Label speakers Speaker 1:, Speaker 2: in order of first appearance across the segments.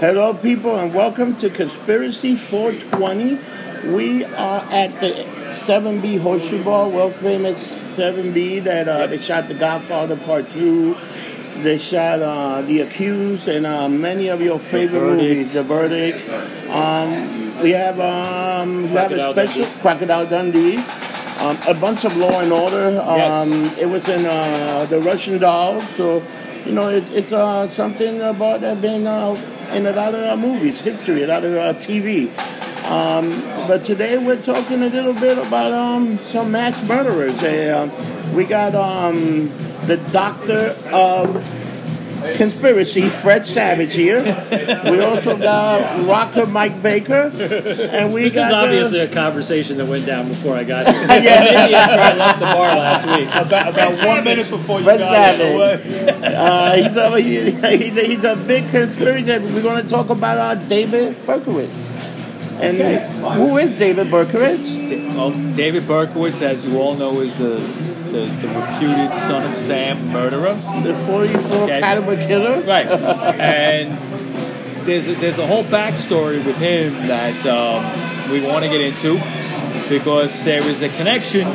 Speaker 1: Hello, people, and welcome to Conspiracy 420. We are at the 7B Horseshoe Bar, world famous 7B that uh, they shot The Godfather Part 2. They shot uh, The Accused and uh, many of your favorite
Speaker 2: Verdict.
Speaker 1: movies. The Verdict. Um, we have um, we have a
Speaker 2: Crocodile
Speaker 1: special
Speaker 2: Dundee.
Speaker 1: Crocodile Dundee. Um, a bunch of Law and Order.
Speaker 2: Yes.
Speaker 1: Um, it was in uh, the Russian Doll, so you know it's it's uh, something about that being uh, in a lot of uh, movies, history, a lot of uh, TV. Um, but today we're talking a little bit about um, some mass murderers. Uh, we got um, the Doctor of Conspiracy, Fred Savage here. we also got Rocker Mike Baker, and we
Speaker 2: This
Speaker 1: got
Speaker 2: is
Speaker 1: the-
Speaker 2: obviously a conversation that went down before I got here.
Speaker 1: yeah,
Speaker 2: Maybe after I left the bar last week.
Speaker 3: About, about one minute before you
Speaker 1: Fred
Speaker 3: got here.
Speaker 1: Savage. Uh, he's, a, he- he's, a, he's a big conspiracy. We're going to talk about uh, David Berkowitz. And who is David Berkowitz?
Speaker 3: Well, David Berkowitz, as you all know, is the, the, the reputed son of Sam murderer.
Speaker 1: The 44
Speaker 3: Okay.
Speaker 1: caliber killer?
Speaker 3: Right. and there's a, there's a whole backstory with him that um, we want to get into because there is a connection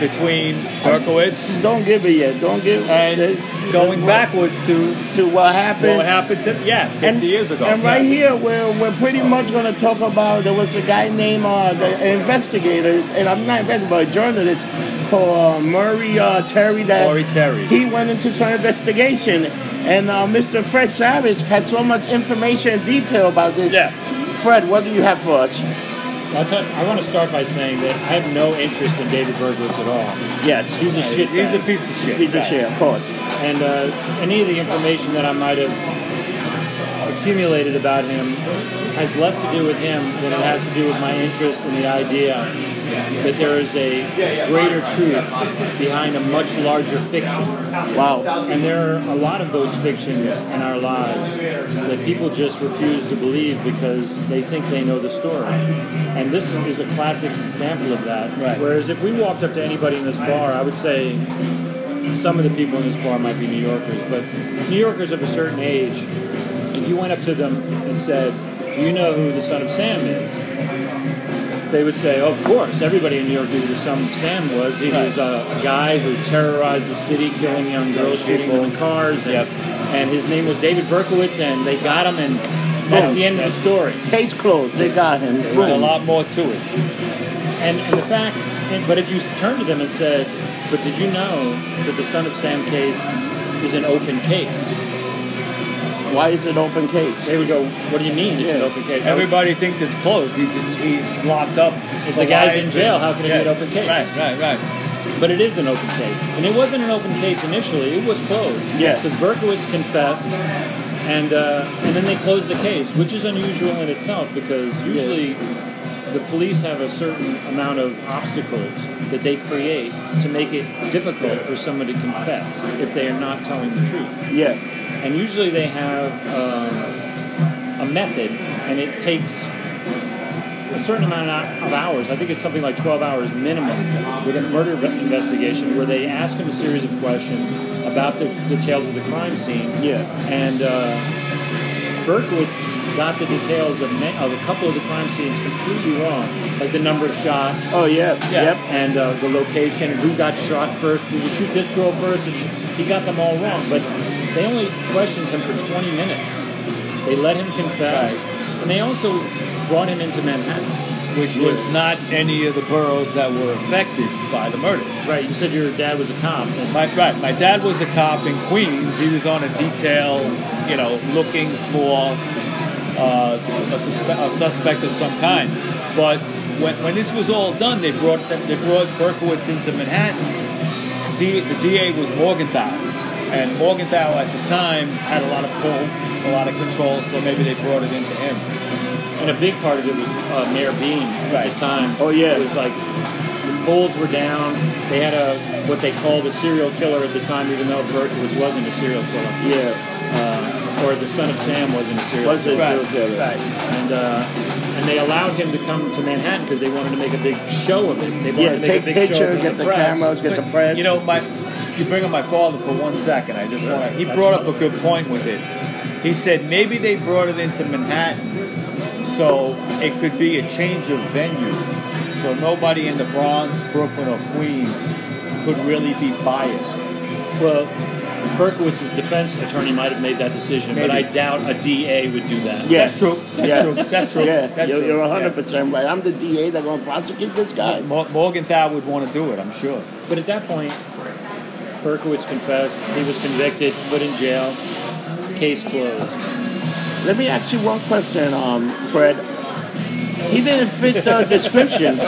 Speaker 3: between Berkowitz
Speaker 1: Don't give it yet. Don't give
Speaker 3: and
Speaker 1: this-
Speaker 3: going
Speaker 1: this-
Speaker 3: backwards to
Speaker 1: to what happened.
Speaker 3: what happened to, yeah, 50
Speaker 1: and,
Speaker 3: years ago.
Speaker 1: And right here, we're, we're pretty much going to talk about there was a guy named uh, the investigator, and I'm not investigator, but a journalist called uh, Murray uh, Terry. That
Speaker 3: Murray Terry.
Speaker 1: He went into some investigation, and uh, Mr. Fred Savage had so much information and detail about this.
Speaker 3: Yeah.
Speaker 1: Fred, what do you have for us?
Speaker 2: I'll tell you- I want to start by saying that I have no interest in David Berkowitz at all.
Speaker 1: Yes.
Speaker 2: He's a shit.
Speaker 3: He's a
Speaker 2: bag.
Speaker 3: piece of shit.
Speaker 1: He's a shit, of course.
Speaker 2: and uh, any of the information that I might have accumulated about him has less to do with him than it has to do with my interest in the idea that there is a greater truth behind a much larger fiction.
Speaker 1: Wow.
Speaker 2: And there are a lot of those fictions in our lives that people just refuse to believe because they think they know the story. And this is a classic example of that.
Speaker 3: Right.
Speaker 2: Whereas if we walked up to anybody in this bar, I would say some of the people in this bar might be New Yorkers, but New Yorkers of a certain age, if you went up to them and said, Do you know who the son of Sam is? they would say, of course, everybody in New York knew who Sam Sam was. He was a, a guy who terrorized the city, killing young girls, shooting them in cars. And,
Speaker 3: Yep.
Speaker 2: and his name was David Berkowitz, and they got him, and that's
Speaker 1: Boom.
Speaker 2: the end of the story.
Speaker 1: Case closed. They got him.
Speaker 3: There's a lot more to it.
Speaker 2: And, and the fact, and, but if you turned to them and said, but did you know that the Son of Sam case is an open case?
Speaker 1: Why is it open case?
Speaker 2: They would go, what do you mean it's an
Speaker 1: Yeah.
Speaker 2: open case? I would
Speaker 3: Everybody thinks it's closed. He's in, he's locked up.
Speaker 2: If
Speaker 3: for
Speaker 2: the guy's
Speaker 3: life
Speaker 2: in jail,
Speaker 3: and-
Speaker 2: how can it be
Speaker 3: yeah.
Speaker 2: an open case?
Speaker 3: Right, right, right.
Speaker 2: But it is an open case. And it wasn't an open case initially, it was closed.
Speaker 1: Yes.
Speaker 2: Because Berkowitz confessed, and, uh, and then they closed the case, which is unusual in itself because usually the police have a certain amount of obstacles that they create to make it difficult for someone to confess if they are not telling the truth.
Speaker 1: Yeah.
Speaker 2: And usually they have um, a method, and it takes a certain amount of hours. I think it's something like 12 hours minimum with a murder investigation where they ask them a series of questions about the details of the crime scene.
Speaker 1: Yeah.
Speaker 2: And uh, Berkowitz got the details of, ma- of a couple of the crime scenes completely wrong, like the number of shots
Speaker 1: Oh, yeah. Yep.
Speaker 2: and uh, the location, who got shot first, did you shoot this girl first? And he got them all wrong, but they only questioned him for 20 minutes. They let him confess, and they also brought him into Manhattan.
Speaker 3: Which was not any of the boroughs that were affected by the murders.
Speaker 2: Right, you said your dad was a cop. and-
Speaker 3: My right, my dad was a cop in Queens. He was on a detail, you know, looking for uh, a, suspe- a suspect of some kind. But when, when this was all done, they brought them, they brought Berkowitz into Manhattan. D, the DA was Morgenthau, and Morgenthau at the time had a lot of pull, a lot of control. So maybe they brought it into him.
Speaker 2: And a big part of it was uh, Mayor Bean at
Speaker 3: Right.
Speaker 2: the time.
Speaker 1: Oh, yeah.
Speaker 2: It was like the polls were down. They had a what they called a serial killer at the time, even though Berkowitz wasn't a serial killer.
Speaker 1: Yeah.
Speaker 2: Uh, or the son of Sam wasn't a serial
Speaker 1: Was
Speaker 2: killer.
Speaker 1: it
Speaker 3: Right,
Speaker 1: Right.
Speaker 2: and uh, and they allowed him to come to Manhattan because they wanted to make a big show of it. They wanted
Speaker 1: Yeah,
Speaker 2: to make
Speaker 1: take
Speaker 2: a big show
Speaker 1: pictures,
Speaker 2: of it
Speaker 1: get
Speaker 2: for
Speaker 1: the
Speaker 2: press.
Speaker 1: cameras, get
Speaker 3: But,
Speaker 1: the press.
Speaker 3: You know, my you bring up my father for one second. I just want to. He
Speaker 2: That's
Speaker 3: brought
Speaker 2: fine.
Speaker 3: up a good point with it. He said maybe they brought it into Manhattan so it could be a change of venue. So nobody in the Bronx, Brooklyn, or Queens could really be biased.
Speaker 2: Well, Berkowitz's defense attorney might have made that decision, but I
Speaker 3: Maybe.
Speaker 2: doubt a DA would do that.
Speaker 1: Yeah.
Speaker 3: That's true. That's
Speaker 1: Yeah.
Speaker 3: true. That's true.
Speaker 1: Yeah,
Speaker 3: That's
Speaker 1: you're,
Speaker 3: true.
Speaker 1: you're 100% right. I'm the DA that's going to prosecute this guy.
Speaker 3: Yeah. Mor- Morgenthau would want to do it, I'm sure.
Speaker 2: But at that point, Berkowitz confessed. He was convicted, put in jail. Case closed.
Speaker 1: Let me ask you one question, um, Fred. He didn't fit the descriptions,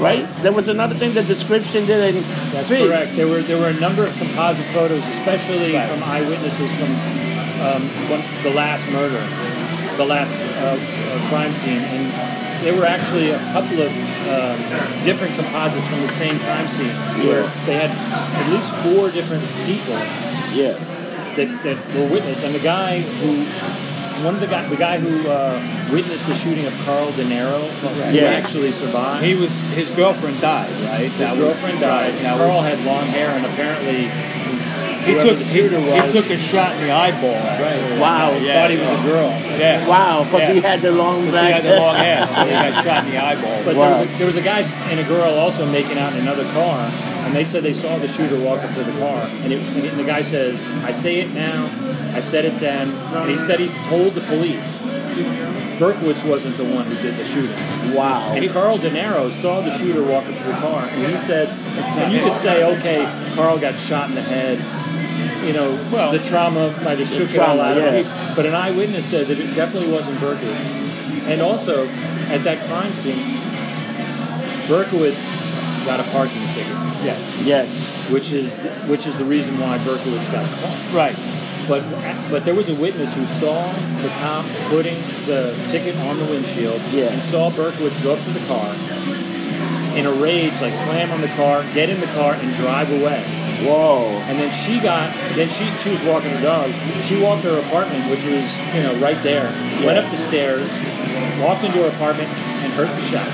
Speaker 1: right? There was another thing the description didn't
Speaker 2: That's
Speaker 1: fit.
Speaker 2: correct. There were there were a number of composite photos, especially
Speaker 3: Right.
Speaker 2: from eyewitnesses from um, one, the last murder, the last uh, uh, crime scene, and there were actually a couple of um, different composites from the same crime scene where
Speaker 1: Yeah.
Speaker 2: they had at least four different people
Speaker 1: Yeah,
Speaker 2: that, that were witness, and the guy who one of the guy the guy who uh, witnessed the shooting of Carl De Niro, who
Speaker 1: Yeah.
Speaker 2: actually survived.
Speaker 3: He was his girlfriend died, right?
Speaker 2: his girlfriend died.
Speaker 3: Now
Speaker 2: Carl had long hair, and apparently
Speaker 3: he
Speaker 2: whoever
Speaker 3: took
Speaker 2: the
Speaker 3: he,
Speaker 2: shooter was
Speaker 3: he took a shot in the eyeball. Right.
Speaker 1: wow.
Speaker 3: Yeah.
Speaker 2: thought he was a girl.
Speaker 3: Yeah.
Speaker 1: Wow, because he
Speaker 3: Yeah.
Speaker 1: had the long
Speaker 3: He
Speaker 1: black
Speaker 3: had the long hair, so he got shot in the eyeball.
Speaker 2: But
Speaker 1: Wow.
Speaker 2: there, was a, there was a guy s- and a girl also making out in another car, and they said they saw the shooter walk up to the car, and, it, and, it- and the guy says, "I say it now, I said it then," and he said he told the police. Berkowitz wasn't the one who did the shooting.
Speaker 1: Wow.
Speaker 2: And Carl De Niro saw the shooter walk up to the car, and he said, and you could say, okay, Carl got shot in the head. You know,
Speaker 3: Well,
Speaker 2: the trauma might have shook it all
Speaker 1: trauma,
Speaker 2: out of
Speaker 1: yeah.
Speaker 2: him. But an eyewitness said that it definitely wasn't Berkowitz. And also, at that crime scene, Berkowitz got a parking ticket,
Speaker 3: yes.
Speaker 1: Yes.
Speaker 2: which is which is the reason why Berkowitz got caught.
Speaker 3: Right.
Speaker 2: But but there was a witness who saw the cop putting the ticket on the windshield
Speaker 1: Yeah.
Speaker 2: and saw Berkowitz go up to the car in a rage, like slam on the car, get in the car, and drive away.
Speaker 1: Whoa.
Speaker 2: And then she got then she she was walking her dog. She walked to her apartment, which was you know right there. Went up the stairs, walked into her apartment, and heard the shot.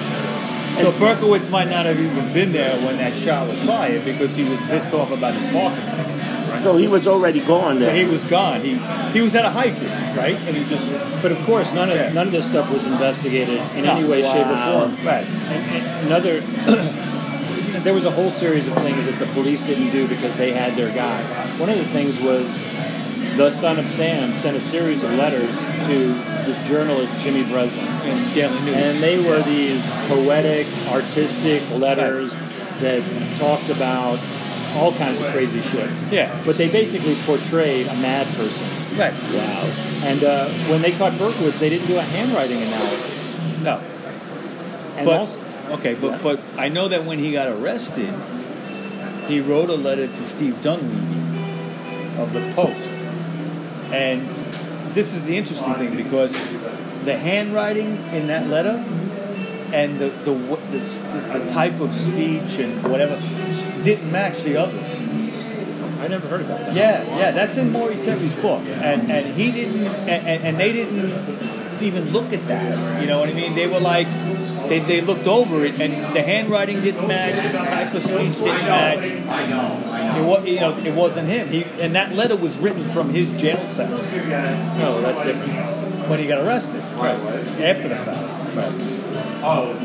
Speaker 3: So Berkowitz might not have even been there when that shot was fired because he was pissed off about his parking.
Speaker 1: So he was already gone
Speaker 3: So he
Speaker 1: there.
Speaker 3: was gone. He he was at a hydrant, right? And he just
Speaker 2: But of course, none of
Speaker 3: Yeah.
Speaker 2: none of this stuff was investigated in
Speaker 3: No.
Speaker 2: any way, shape, or
Speaker 1: Wow.
Speaker 2: form.
Speaker 3: right.
Speaker 2: And, and another, there was a whole series of things that the police didn't do because they had their guy. One of the things was the son of Sam sent a series of letters to this journalist Jimmy Breslin,
Speaker 3: In Daily News.
Speaker 2: and they were these poetic, artistic letters that talked about all kinds of crazy shit.
Speaker 3: yeah.
Speaker 2: But they basically portrayed a mad person.
Speaker 3: Right.
Speaker 2: Wow. And uh, when they caught Berkowitz, they didn't do a handwriting analysis.
Speaker 3: No.
Speaker 2: And
Speaker 3: but
Speaker 2: also,
Speaker 3: okay, but but I know that when he got arrested, he wrote a letter to Steve Dunleavy of the Post, and this is the interesting thing because the handwriting in that letter and the the w- the, s- the, the type of speech and whatever didn't match the others.
Speaker 2: I never heard about that.
Speaker 3: Yeah, yeah, that's in Maury Terry's book, and and he didn't, and, and- and they didn't even look at that. You know what I mean? They were like, they, they looked over it, and the handwriting didn't match, the type of speech didn't match. It was, you know, it wasn't him. He and that letter was written from his jail cell
Speaker 2: No, that's different.
Speaker 3: when he got arrested. Right. After the fact. Right.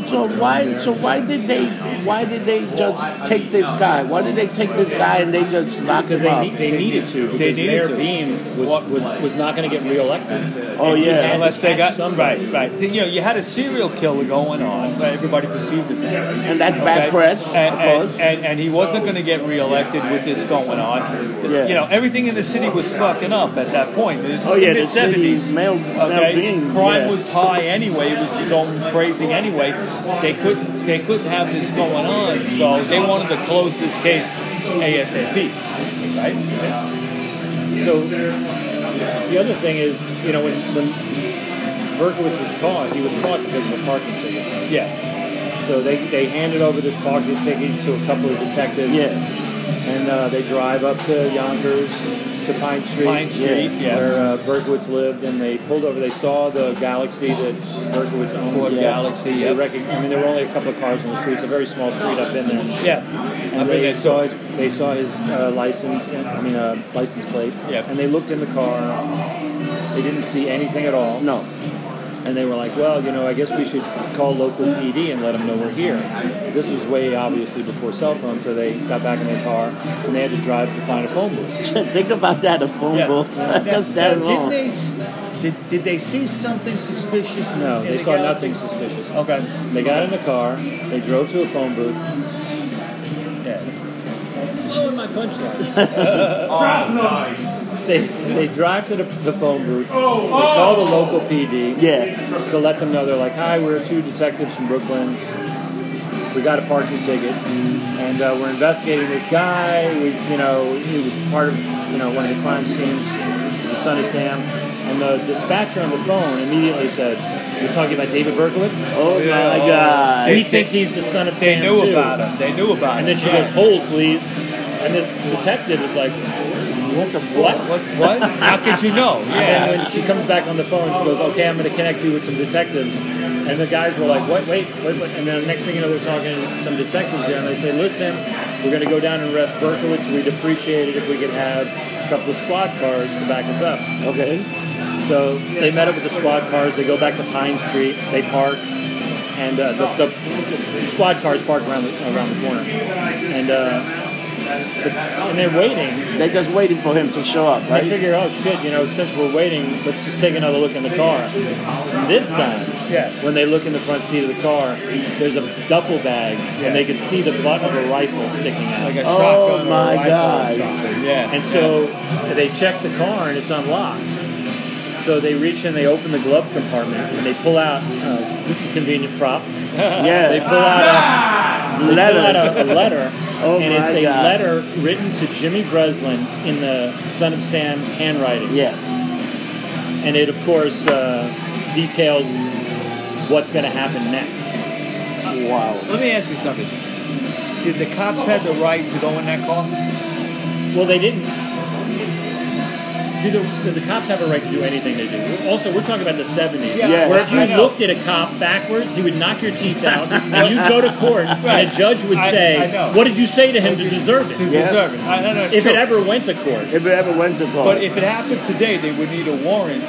Speaker 1: So why? So why did they? Why did they just take this guy? Why did they take this guy and they just lock
Speaker 2: Because
Speaker 1: him
Speaker 2: they,
Speaker 1: up?
Speaker 2: need, they needed to. Because
Speaker 3: They needed
Speaker 2: Mayor
Speaker 3: to.
Speaker 2: Beam was,
Speaker 3: What-
Speaker 2: was, was not going to get reelected.
Speaker 1: Oh
Speaker 2: And he
Speaker 1: yeah.
Speaker 2: had-
Speaker 3: Unless they got
Speaker 2: Somebody.
Speaker 3: right, right. You know, you had a serial killer going on. Everybody perceived it that. way.
Speaker 1: And that's bad
Speaker 3: Okay. Uh,
Speaker 1: press,
Speaker 3: And,
Speaker 1: of course.
Speaker 3: and, and, and he wasn't going to get reelected with this going on.
Speaker 1: Yeah.
Speaker 3: You know, everything in the city was fucking up at that point. This is
Speaker 1: Oh, yeah, the
Speaker 3: mid-70s,
Speaker 1: city's male- male being,
Speaker 3: crime
Speaker 1: yeah.
Speaker 3: was high anyway. It was going crazy anyway. They couldn't they couldn't have this going on, so they wanted to close this case ASAP. Right?
Speaker 2: So the other thing is, you know, when, when Berkowitz was caught, he was caught because of a parking ticket.
Speaker 3: Yeah.
Speaker 2: So they, they handed over this parking ticket to a couple of detectives.
Speaker 1: yeah.
Speaker 2: And uh, they drive up to Yonkers, to Pine Street.
Speaker 3: Pine Street, yeah.
Speaker 2: Where uh, Berkowitz lived, and they pulled over. They saw the Galaxy that Berkowitz owned.
Speaker 3: Ford
Speaker 2: Yeah.
Speaker 3: Galaxy,
Speaker 2: They
Speaker 3: yep.
Speaker 2: recog- I mean, there were only a couple of cars on the street. It's a very small street. I've been there.
Speaker 3: Yeah.
Speaker 2: And
Speaker 3: I've been
Speaker 2: they
Speaker 3: there,
Speaker 2: saw his, they saw his uh, license, and, I mean, uh, license plate.
Speaker 3: Yep.
Speaker 2: And they looked in the car. They didn't see anything at all.
Speaker 1: No.
Speaker 2: And they were like, well, you know, I guess we should call local PD and let them know we're here. This was way obviously before cell phones, so they got back in their car and they had to drive to find a phone booth.
Speaker 1: Think about that, a phone
Speaker 3: Yeah.
Speaker 1: booth. That's
Speaker 3: Now,
Speaker 1: that
Speaker 3: did
Speaker 1: long.
Speaker 3: They, s- did, did they see something suspicious?
Speaker 2: No,
Speaker 3: in
Speaker 2: they
Speaker 3: the
Speaker 2: saw
Speaker 3: galaxy?
Speaker 2: nothing suspicious.
Speaker 3: Okay.
Speaker 2: They got in the car, they drove to a phone booth. Yeah. Showing my punchline. They, they drive to the, the phone booth, they
Speaker 3: Oh,
Speaker 2: call the local PD.
Speaker 1: Yeah.
Speaker 2: to let them know they're like, hi, we're two detectives from Brooklyn. We got a parking ticket, and uh, we're investigating this guy. We, you know, he was part of, you know, one of the crime scenes, the Sonny Sam. And the dispatcher on the phone immediately said, "You're talking about David Berkowitz?
Speaker 1: Oh
Speaker 3: Yeah,
Speaker 1: my
Speaker 3: oh.
Speaker 1: God.
Speaker 2: we think he's the son of
Speaker 3: They
Speaker 2: Sam
Speaker 3: knew
Speaker 2: too."
Speaker 3: about him. They knew about
Speaker 2: And
Speaker 3: him.
Speaker 2: then she
Speaker 3: yeah.
Speaker 2: goes, "Hold, please." And this detective is like, "What the what?"
Speaker 3: What? What? How could you know?
Speaker 2: And then
Speaker 3: Yeah.
Speaker 2: when she comes back on the phone, she goes, "Okay, I'm going to connect you with some detectives." And the guys were like, "What? Wait, wait, wait!" And then the next thing you know, they're talking to some detectives there, and they say, "Listen, we're going to go down and arrest Berkowitz. We'd appreciate it if we could have a couple of squad cars to back us up."
Speaker 1: Okay.
Speaker 2: So they met up with the squad cars. They go back to Pine Street. They park, and uh, the, the, the squad cars park around the, around the corner, and. Uh, the- and they're waiting,
Speaker 1: They're just waiting for him to show up,
Speaker 2: I
Speaker 1: right?
Speaker 2: figure, oh shit, you know, since we're waiting, let's just take another look in the car. This time,
Speaker 3: Yeah.
Speaker 2: when they look in the front seat of the car, there's a duffel bag,
Speaker 3: Yeah.
Speaker 2: and they can see the butt of a rifle sticking out.
Speaker 3: Like a
Speaker 1: Oh,
Speaker 3: shotgun or a
Speaker 1: my
Speaker 3: rifle or
Speaker 1: God.
Speaker 3: something. Yeah.
Speaker 2: and so they check the car, and it's unlocked. So they reach in, they open the glove compartment, and they pull out. Uh, this is a convenient prop. They
Speaker 1: Yeah.
Speaker 2: pull out a they
Speaker 1: Letter.
Speaker 2: Pull out a, a letter,
Speaker 1: Oh,
Speaker 2: and it's
Speaker 1: my
Speaker 2: a
Speaker 1: God.
Speaker 2: letter written to Jimmy Breslin in the Son of Sam handwriting.
Speaker 1: Yeah.
Speaker 2: and it of course uh, details what's going to happen next.
Speaker 1: Wow.
Speaker 3: Let me ask you something. Did the cops have the right to go in that car?
Speaker 2: Well, they didn't. Do the, do the cops have a right to do anything they do? Also, we're talking about the 70s,
Speaker 3: Yeah,
Speaker 1: Yeah.
Speaker 2: where if
Speaker 3: I
Speaker 2: you
Speaker 3: know.
Speaker 2: looked at a cop backwards, he would knock your teeth out, and you'd go to court,
Speaker 3: Right.
Speaker 2: and a judge would
Speaker 3: I-
Speaker 2: say,
Speaker 3: I know.
Speaker 2: "What did you say to him to
Speaker 3: you-
Speaker 2: deserve
Speaker 3: To
Speaker 2: it?"
Speaker 1: Yeah.
Speaker 3: deserve it. I don't know.
Speaker 2: If
Speaker 3: sure.
Speaker 2: it ever went to court,
Speaker 1: If it ever went to court.
Speaker 3: But if it happened today, they would need a warrant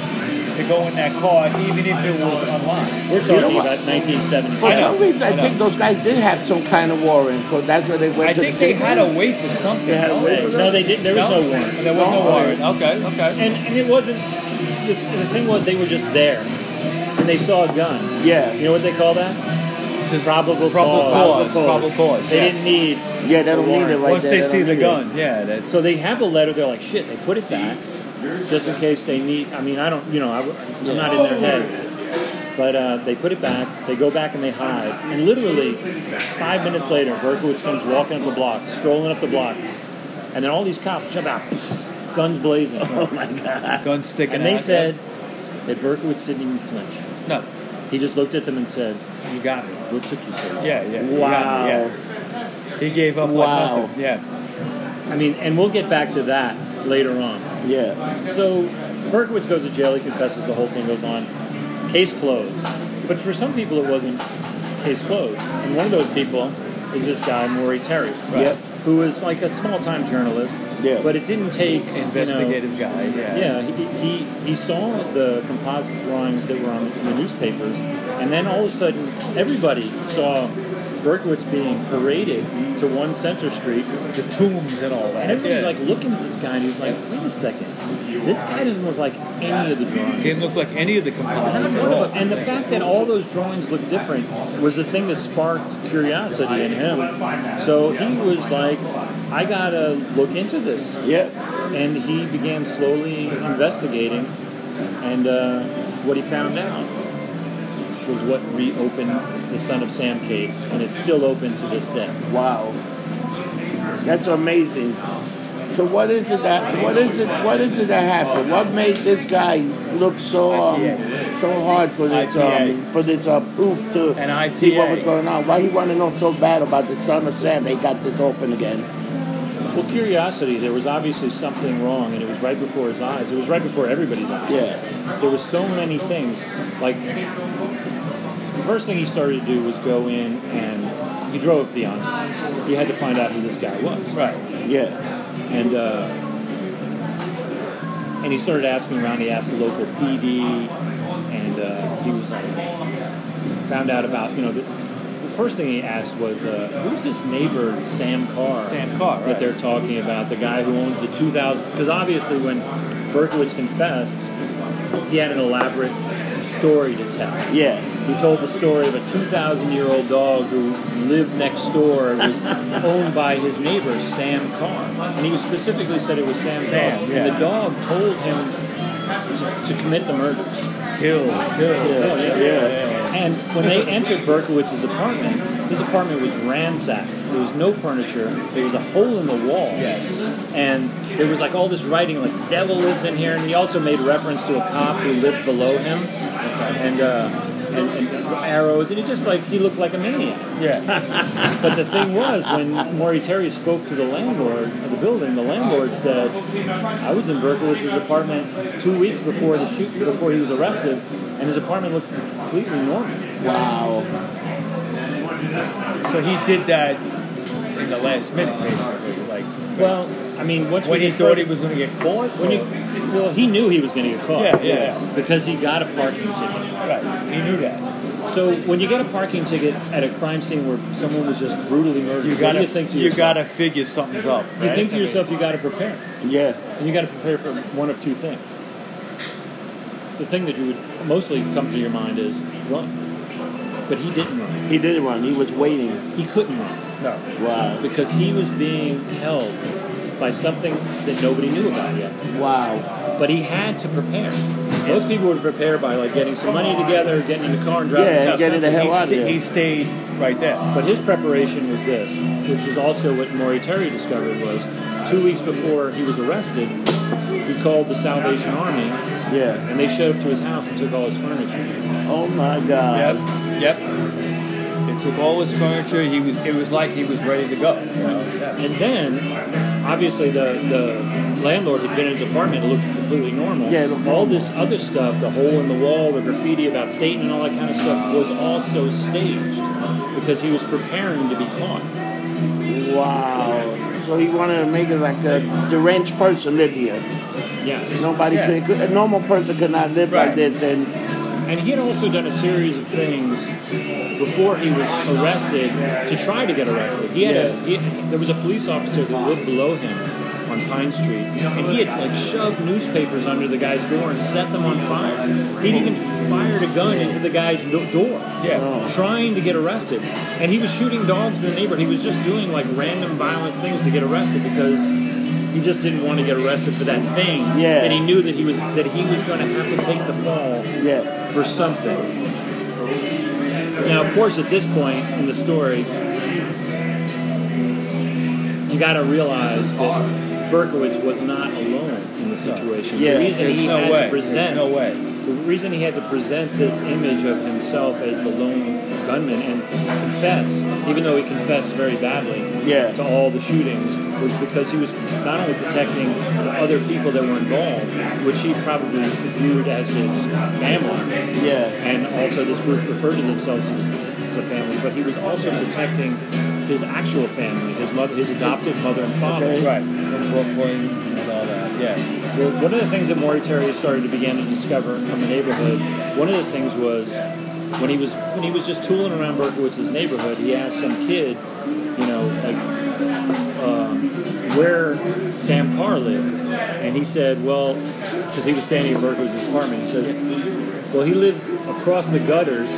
Speaker 3: to go in that car, even if it was unlocked.
Speaker 2: we're
Speaker 1: You know
Speaker 2: talking
Speaker 1: what?
Speaker 2: about 1970s.
Speaker 1: for
Speaker 3: I know.
Speaker 1: some reason, I,
Speaker 3: I know.
Speaker 1: think those guys did have some kind of warrant, because that's where they went
Speaker 3: I
Speaker 1: to
Speaker 3: think
Speaker 1: the
Speaker 3: they had
Speaker 1: a.
Speaker 3: a way for something.
Speaker 1: They had a
Speaker 3: no?
Speaker 1: way for
Speaker 2: No, they didn't. There was no warrant.
Speaker 3: There was no
Speaker 1: No.
Speaker 3: warrant. Okay, okay.
Speaker 2: and, and it wasn't the, the thing was they were just there and they saw a gun
Speaker 1: Yeah.
Speaker 2: you know what they call that Oh, probable,
Speaker 3: Probable
Speaker 2: cause,
Speaker 3: cause. Probable cause.
Speaker 2: they
Speaker 3: yeah.
Speaker 2: didn't need
Speaker 1: Yeah, they don't need it
Speaker 2: warrant.
Speaker 1: right
Speaker 3: Once
Speaker 1: there.
Speaker 3: they
Speaker 1: don't
Speaker 3: see the
Speaker 1: need it.
Speaker 3: gun, yeah, that's
Speaker 2: so they have the letter they're like shit they put it back just in case they need i mean i don't you know I, am not in their heads but uh, they put it back they go back and they hide and literally five minutes later berkowitz comes walking up the block strolling up the block and then all these cops jump out guns blazing
Speaker 3: Oh gun sticking.
Speaker 2: and they
Speaker 3: out.
Speaker 2: said that berkowitz didn't even flinch
Speaker 3: "No,
Speaker 2: He just looked at them and said,
Speaker 3: you got me."
Speaker 2: "What took you so long?"
Speaker 3: Yeah, yeah. you got
Speaker 1: Wow.
Speaker 3: me, yeah. He gave up
Speaker 1: Wow.
Speaker 3: like nothing. Yeah.
Speaker 2: I mean, and we'll get back to that later on.
Speaker 1: Yeah.
Speaker 2: So Berkowitz goes to jail. He confesses. The whole thing goes on. Case closed. But for some people, it wasn't case closed. And one of those people is this guy, Maury Terry,
Speaker 3: Right.
Speaker 1: Yep.
Speaker 2: who was like a small-time journalist.
Speaker 1: Yeah.
Speaker 2: But it didn't take you know-
Speaker 3: Investigative guy. Yeah.
Speaker 2: Yeah, he, he, he saw the composite drawings that were on in the newspapers, and then all of a sudden, everybody saw Berkowitz being paraded to one Center Street,
Speaker 3: The tombs and all that.
Speaker 2: and everybody's
Speaker 3: yeah.
Speaker 2: like looking at this guy, and he's like, wait a second, this guy doesn't look like any of the drawings.
Speaker 3: didn't look like any of the composites
Speaker 2: Not
Speaker 3: at
Speaker 2: one
Speaker 3: all.
Speaker 2: of them. And the fact that all those drawings look different was the thing that sparked curiosity in him. So he was like, I gotta look into this
Speaker 1: Yeah.
Speaker 2: and he began slowly investigating. And uh, what he found out was what reopened the Son of Sam case, and it's still open to this day.
Speaker 1: Wow. That's amazing. So what is it that what is it what is it that happened? What made this guy look so um, so hard for this um,
Speaker 3: IPA.
Speaker 1: for this uh, proof to
Speaker 3: An IPA.
Speaker 1: see what was going on? Why he want to know so bad about the son of Sam? They got this open again.
Speaker 2: Well, curiosity, there was obviously something wrong, and it was right before his eyes. It was right before everybody's eyes.
Speaker 1: Yeah.
Speaker 2: There was so many things. Like, the first thing he started to do was go in and he drove up the island. He had to find out who this guy was.
Speaker 3: Right.
Speaker 1: Yeah.
Speaker 2: and uh, And he started asking around. He asked the local PD, and uh, he was like, found out about you know. The, the first thing he asked was, uh, "Who's this neighbor, Sam Carr?"
Speaker 3: Sam Carr, right.
Speaker 2: that they're talking about, the guy who owns the 2000. Because obviously, when Berkowitz confessed, he had an elaborate story to tell.
Speaker 1: Yeah.
Speaker 2: He told the story of a 2,000 year old dog who lived next door and was owned by his neighbor, Sam Carr. And he was specifically said it was Sam's
Speaker 3: Sam,
Speaker 2: dog.
Speaker 3: yeah.
Speaker 2: And the dog told him to, to commit the murders.
Speaker 3: Kill, Oh, kill.
Speaker 2: Yeah, yeah,
Speaker 1: yeah.
Speaker 2: And when they entered Berkowitz's apartment, his apartment was ransacked. There was no furniture. There was a hole in the wall. And there was like all this writing, like "the devil lives in here." And he also made reference to a cop who lived below him, and, uh, and and arrows. And he just like he looked like a maniac.
Speaker 3: Yeah.
Speaker 2: But the thing was, when Maury Terry spoke to the landlord of the building, the landlord said, "I was in Berkowitz's apartment two weeks before the shoot, before he was arrested, and his apartment looked completely normal."
Speaker 1: Wow.
Speaker 3: So he did that in the last minute, basically. Like
Speaker 2: Well, I mean, once
Speaker 3: when
Speaker 2: we
Speaker 3: he
Speaker 2: get
Speaker 3: thought he
Speaker 2: further-
Speaker 3: was going to get caught.
Speaker 2: when you,
Speaker 3: or-
Speaker 2: well, he knew he was going to get
Speaker 3: Yeah,
Speaker 2: caught.
Speaker 3: yeah.
Speaker 2: Because he got a parking ticket.
Speaker 3: right, he knew that.
Speaker 2: So when you get a parking ticket at a crime scene where someone was just brutally murdered,
Speaker 3: You
Speaker 2: what
Speaker 3: got
Speaker 2: do
Speaker 3: to
Speaker 2: you think to
Speaker 3: you
Speaker 2: yourself?
Speaker 3: got to figure something's up.
Speaker 2: You
Speaker 3: right? I
Speaker 2: think to
Speaker 3: mean,
Speaker 2: yourself, you got to prepare,
Speaker 1: Yeah.
Speaker 2: and you got to prepare for one of two things. The thing that you would mostly come to your mind is run, but he didn't run.
Speaker 1: He did run. He was waiting.
Speaker 2: He couldn't run
Speaker 3: no.
Speaker 1: Wow.
Speaker 2: because he was being held by something that nobody knew about yet.
Speaker 1: Wow.
Speaker 2: But he had to prepare. Most people would prepare by like getting some money together, getting in the car and driving.
Speaker 1: Yeah,
Speaker 2: across
Speaker 1: getting the
Speaker 2: country.
Speaker 1: hell out of
Speaker 3: He-
Speaker 1: here.
Speaker 3: He stayed right there.
Speaker 2: But his preparation was this, which is also what Maury Terry discovered was two weeks before he was arrested, he called the Salvation Army
Speaker 1: Yeah.
Speaker 2: and they showed up to his house and took all his furniture.
Speaker 1: Oh my God.
Speaker 3: Yep, yep. They took all his furniture. He was. It was like he was ready to go. you know? Yeah.
Speaker 2: And then obviously the, the landlord had been in his apartment, it looked completely normal.
Speaker 1: Yeah, it looked
Speaker 2: all
Speaker 1: normal.
Speaker 2: this other stuff, the hole in the wall, the graffiti about Satan and all that kind of stuff was also staged because he was preparing to be caught.
Speaker 1: Wow. So he wanted to make it like a deranged person live here.
Speaker 2: Yes.
Speaker 1: Nobody
Speaker 3: Yeah.
Speaker 1: could, could- a normal person could not live like
Speaker 3: Right.
Speaker 1: this. And
Speaker 2: And he had also done a series of things before he was arrested to try to get arrested. He had a he, there was a police officer that lived below him on Pine Street, and he had like shoved newspapers under the guy's door and set them on fire. He'd even fired a gun into the guy's do- door,
Speaker 3: Yeah.
Speaker 2: trying to get arrested. And he was shooting dogs in the neighborhood. He was just doing like random violent things to get arrested because. He just didn't want to get arrested for that thing
Speaker 1: Yeah.
Speaker 2: that he knew that he was that he was going to have to take the fall
Speaker 1: yeah,
Speaker 2: for something. Now, of course, at this point in the story, you got to realize that Berkowitz was not alone in the situation.
Speaker 1: Yeah,
Speaker 2: the reason
Speaker 3: There's
Speaker 2: he
Speaker 3: no way.
Speaker 2: had to
Speaker 3: There's
Speaker 2: present
Speaker 3: no way.
Speaker 2: the reason he had to present this image of himself as the lone gunman and confess, even though he confessed very badly
Speaker 1: Yeah.
Speaker 2: to all the shootings, was because he was not only protecting the other people that were involved, which he probably viewed as his family,
Speaker 1: yeah,
Speaker 2: and also this group referred to themselves as, as a family, but he was also protecting his actual family, his mother, his adopted mother and father.
Speaker 1: Okay.
Speaker 3: Right. From Brooklyn and all that. Yeah.
Speaker 2: Well, one of the things that Maury Terry started to begin to discover from the neighborhood, one of the things was when he was when he was just tooling around Berkowitz's neighborhood, he asked some kid, you know, like um, where Sam Carr lived, and he said, well, because he was standing in Berkowitz's apartment, he says, well, he lives across the gutters.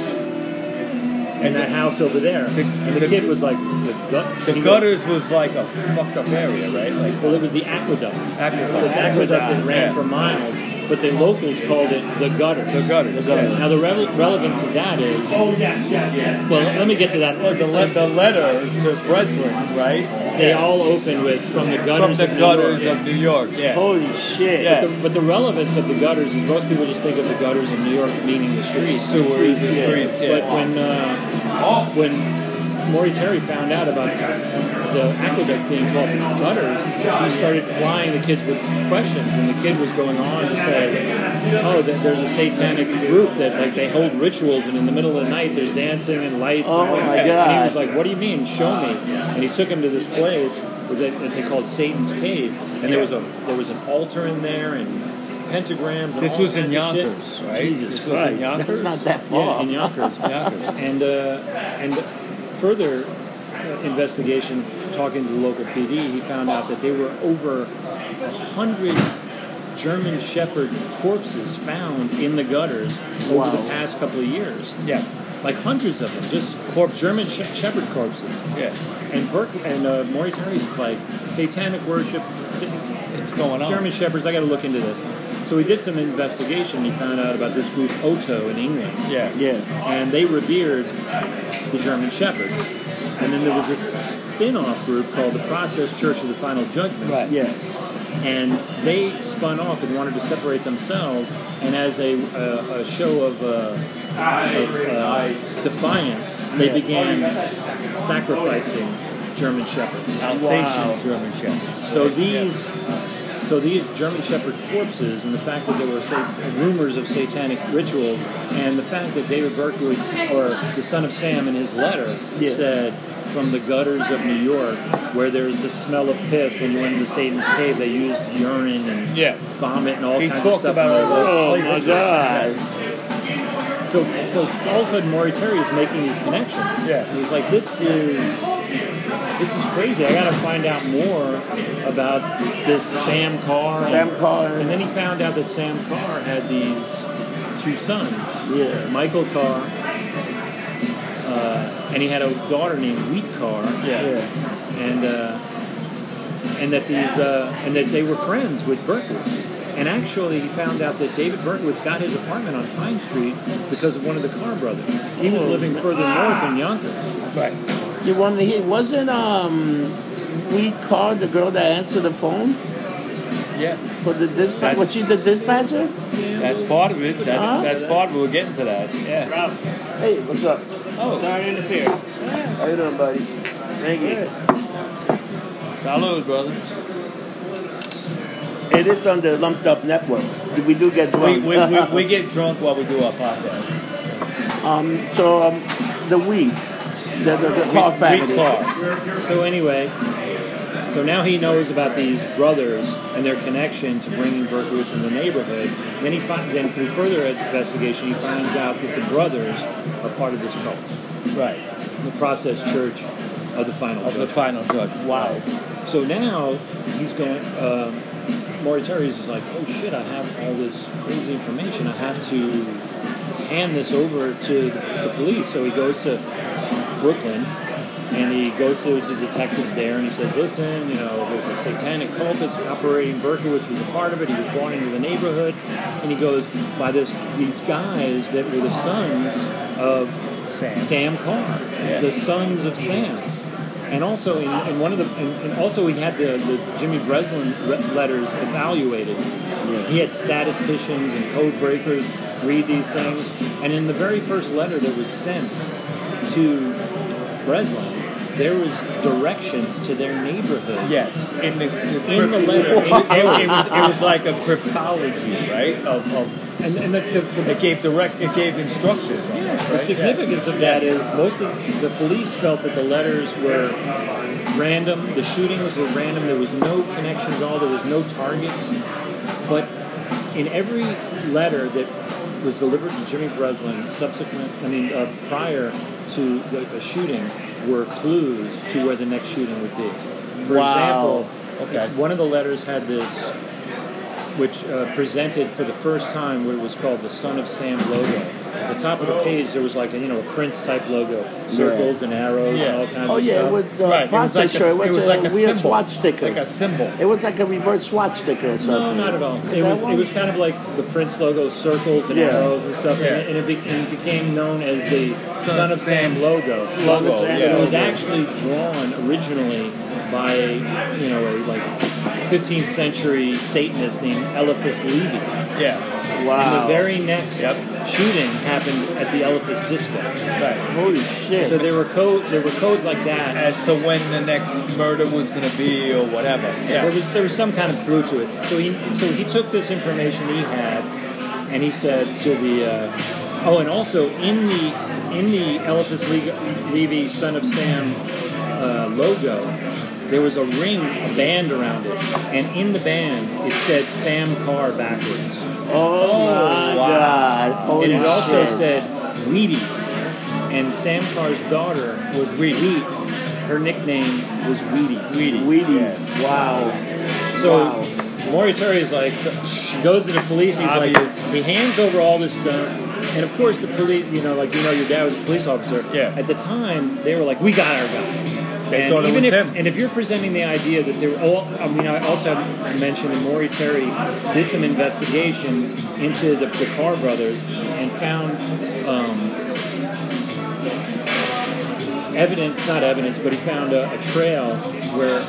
Speaker 2: in that house over there,
Speaker 3: The-
Speaker 2: and the,
Speaker 3: the-
Speaker 2: kid was like, "The, gut-
Speaker 3: The
Speaker 2: he goes-
Speaker 3: gutters was like a fucked up area, right? Like
Speaker 2: Well, it was the aqueduct this
Speaker 3: aqueduct.
Speaker 2: aqueduct that ran
Speaker 3: Yeah.
Speaker 2: for miles, but the locals called it the gutters.
Speaker 3: The gutters, yeah.
Speaker 2: Now the re- relevance of that is. Oh yes, yes, yes. Well, let me get to that.
Speaker 3: Well, the, le- the letter to Breslin, right?
Speaker 2: they all open with from the
Speaker 3: From
Speaker 2: gutters.
Speaker 3: the
Speaker 2: of New
Speaker 3: gutters
Speaker 2: York.
Speaker 3: of New York. Yeah.
Speaker 1: holy shit.
Speaker 3: Yeah.
Speaker 2: But the, but the relevance of the gutters is most people just think of the gutters in New York meaning the streets.
Speaker 3: Sewers and streets.
Speaker 2: But
Speaker 3: Yeah.
Speaker 2: when uh, when Maury Terry found out about the aqueduct being called gutters, he started plying the kids with questions, and the kid was going on to say, "Oh, that there's a satanic group that like they hold rituals, and in the middle of the night there's dancing and lights."
Speaker 1: Oh,
Speaker 2: and all
Speaker 1: my
Speaker 2: that." And he
Speaker 1: God.
Speaker 2: was like, "What do you mean? Show me!" And he took him to this place that, that they called Satan's Cave, and there was a there was an altar in there and pentagrams. And
Speaker 3: This
Speaker 2: all
Speaker 3: was in
Speaker 2: kinds of shit.
Speaker 3: Yonkers, right?
Speaker 1: Jesus
Speaker 3: this was in
Speaker 1: Christ,
Speaker 3: Yonkers.
Speaker 1: that's not that
Speaker 2: Yeah,
Speaker 1: far.
Speaker 2: in Yonkers.
Speaker 3: Yonkers.
Speaker 2: and uh, and further uh, investigation, talking to the local PD, he found out that there were over a hundred German Shepherd corpses found in the gutters
Speaker 1: Wow.
Speaker 2: over the past couple of years,
Speaker 3: Yeah,
Speaker 2: like hundreds of them, just
Speaker 3: Corpses.
Speaker 2: German she- Shepherd corpses.
Speaker 3: yeah.
Speaker 2: And Burke and uh, Maury Terry's it's like satanic worship,
Speaker 3: It's going on.
Speaker 2: German Shepherds. I got to look into this. So he did some investigation. He found out about this group Oto in England
Speaker 3: Yeah.
Speaker 1: Yeah.
Speaker 2: and they revered the German Shepherd. And then there was this spin-off group called the Process Church of the Final Judgment,
Speaker 3: Right.
Speaker 1: Yeah.
Speaker 2: and they spun off and wanted to separate themselves. And as a, a, a show of, uh, of uh, defiance, they
Speaker 3: Yeah.
Speaker 2: began sacrificing German Shepherds.
Speaker 3: Alsatian
Speaker 1: Wow.
Speaker 3: German Shepherds.
Speaker 2: So
Speaker 3: Yeah.
Speaker 2: these, so these German Shepherd corpses, and the fact that there were sat- rumors of satanic rituals, and the fact that David Berkowitz, or the son of Sam, in his letter
Speaker 1: Yeah.
Speaker 2: said, "From the gutters of New York, where there's the smell of piss, when you went into Satan's cave, they used urine and
Speaker 3: Yeah.
Speaker 2: vomit and all
Speaker 3: He
Speaker 2: kinds of
Speaker 3: talked
Speaker 2: stuff."
Speaker 3: about
Speaker 2: and
Speaker 3: all
Speaker 2: all
Speaker 1: Oh
Speaker 2: that."
Speaker 1: my God.
Speaker 2: So, so all of a sudden, Maury Terry is making these connections.
Speaker 3: Yeah.
Speaker 2: he's like, "This is." This is crazy. I got to find out more about this Sam Carr. and-
Speaker 1: Sam
Speaker 2: and
Speaker 1: Carr.
Speaker 2: then he found out that Sam Carr had these two sons,
Speaker 1: Yeah.
Speaker 2: Michael Carr, uh, and he had a daughter named Wheat Carr,
Speaker 3: Yeah.
Speaker 1: Yeah.
Speaker 2: and uh, and that these uh, and that they were friends with Berkowitz. And actually, he found out that David Berkowitz got his apartment on Pine Street because of one of the Carr brothers. He was
Speaker 1: Oh. Ah.
Speaker 2: living further north in Yonkers.
Speaker 3: Right.
Speaker 1: You want to hear? Wasn't um, we called the girl that answered the phone
Speaker 3: Yeah.
Speaker 1: for the dispatch? Was she the dispatcher?
Speaker 3: That's part of it. That's
Speaker 1: Huh?
Speaker 3: that's part of it. We're getting to that. Yeah.
Speaker 4: Rob,
Speaker 1: Hey, what's up?
Speaker 3: Oh,
Speaker 4: sorry to interfere.
Speaker 1: How you doing, buddy?
Speaker 4: Thank you.
Speaker 3: salud, brother.
Speaker 1: It is on the Lumped Up Network. We do get
Speaker 3: We,
Speaker 1: drunk.
Speaker 3: we, we, we get drunk while we do our podcast.
Speaker 1: so um, the weed, the, the, the car
Speaker 3: we,
Speaker 1: factory.
Speaker 3: we car.
Speaker 2: So anyway, so now he knows about these brothers and their connection to bringing Berkowitz in the neighborhood. Then he find, then through further investigation, he finds out that the brothers are part of this cult,
Speaker 3: Right.
Speaker 2: the Process Church of the Final
Speaker 3: Of the
Speaker 2: Judgment.
Speaker 3: final judge.
Speaker 2: Wow. So now he's going. Uh, Maury Terry's is like, oh shit! I have all this crazy information. I have to hand this over to the police. So he goes to Brooklyn and he goes to the detectives there and he says, listen, you know, there's a satanic cult that's operating. Berkowitz was a part of it. He was born into the neighborhood, and he goes by this these guys that were the sons of
Speaker 3: Sam.
Speaker 2: Sam Carr, the Sons of Sam, and also in, in one of the and, and also he had the, the Jimmy Breslin re- letters evaluated. He had statisticians and code breakers read these things, and in the very first letter that was sent to Breslin, there was directions to their neighborhood.
Speaker 3: Yes. In the,
Speaker 2: In the letter.
Speaker 3: It, it- it was, it was like a cryptology, right? Of, of,
Speaker 2: And, and the, the, the
Speaker 3: it gave direct. It gave instructions. on it,
Speaker 2: The
Speaker 3: right?
Speaker 2: significance of that is most of the police felt that the letters were random, the shootings were random, there was no connection at all, there was no targets. But in every letter that was delivered to Jimmy Breslin, subsequent, I mean, uh, prior to the, the shooting, were clues to where the next shooting would be. For
Speaker 1: Wow.
Speaker 2: example,
Speaker 3: Okay.
Speaker 2: one of the letters had this, which uh, presented for the first time what was called the Son of Sam logo. At the top of the page, there was like a, you know a Prince type logo, circles and arrows and
Speaker 3: Yeah.
Speaker 2: all kinds
Speaker 1: Oh
Speaker 2: of
Speaker 1: yeah,
Speaker 2: stuff.
Speaker 1: it was the
Speaker 3: Right, it was like
Speaker 1: process
Speaker 3: a-
Speaker 1: show. It was,
Speaker 3: it was
Speaker 1: a,
Speaker 3: like a
Speaker 1: weird
Speaker 3: symbol.
Speaker 1: SWAT sticker.
Speaker 3: Like a symbol.
Speaker 1: it was like a reverse SWAT sticker or
Speaker 2: no,
Speaker 1: something.
Speaker 2: not at all. It
Speaker 1: That
Speaker 2: was it
Speaker 1: one?
Speaker 2: was kind of like the Prince logo, circles and
Speaker 1: Yeah.
Speaker 2: arrows and stuff,
Speaker 3: Yeah.
Speaker 2: and, it, and, it be, and it became known as the Son, of Sam, logo.
Speaker 3: Logo,
Speaker 1: Logo,
Speaker 2: But it
Speaker 3: yeah.
Speaker 2: was actually drawn originally by you know a like 15th century Satanist named Eliphas Levi.
Speaker 3: Yeah.
Speaker 2: And the
Speaker 1: Wow.
Speaker 2: very next
Speaker 3: Yep.
Speaker 2: shooting happened at the Elephas Disco.
Speaker 3: Right.
Speaker 1: Holy shit.
Speaker 2: So there were code, there were codes like that.
Speaker 3: As to when the next murder was going to be or whatever.
Speaker 2: There,
Speaker 3: Yeah.
Speaker 2: was, there was some kind of clue to it. So he, so he took this information he had, and he said to the, uh, oh, and also in the in the Eliphas Le- Levy Son of Sam uh, logo, there was a ring, a band around it, and in the band it said Sam Carr backwards.
Speaker 1: Oh, my
Speaker 2: wow.
Speaker 1: God. Holy
Speaker 2: and it also
Speaker 1: shit.
Speaker 2: said Wheaties. And Sam Carr's daughter was Wheat. Her nickname was Wheaties.
Speaker 1: Wheaties. Wow.
Speaker 2: So
Speaker 1: Wow.
Speaker 2: Moriarty is like, he goes to the police. He's
Speaker 3: Obvious.
Speaker 2: like, he hands over all this stuff, and of course the police, you know, like you know, your dad was a police officer.
Speaker 3: Yeah.
Speaker 2: At the time, they were like, we got our guy.
Speaker 3: They
Speaker 2: and
Speaker 3: thought it
Speaker 2: even
Speaker 3: was
Speaker 2: if,
Speaker 3: him.
Speaker 2: And if you're presenting the idea that they're all, I mean, I also mentioned that Maury Terry did some investigation into the, the Carr brothers and found um, evidence, not evidence, but he found a, a trail where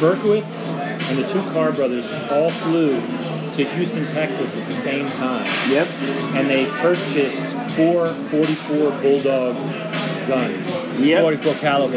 Speaker 2: Berkowitz and the two Carr brothers all flew to Houston, Texas at the same time
Speaker 1: Yep.
Speaker 2: and they purchased four 44 Bulldog guns.
Speaker 1: Yep.
Speaker 2: 44 caliber.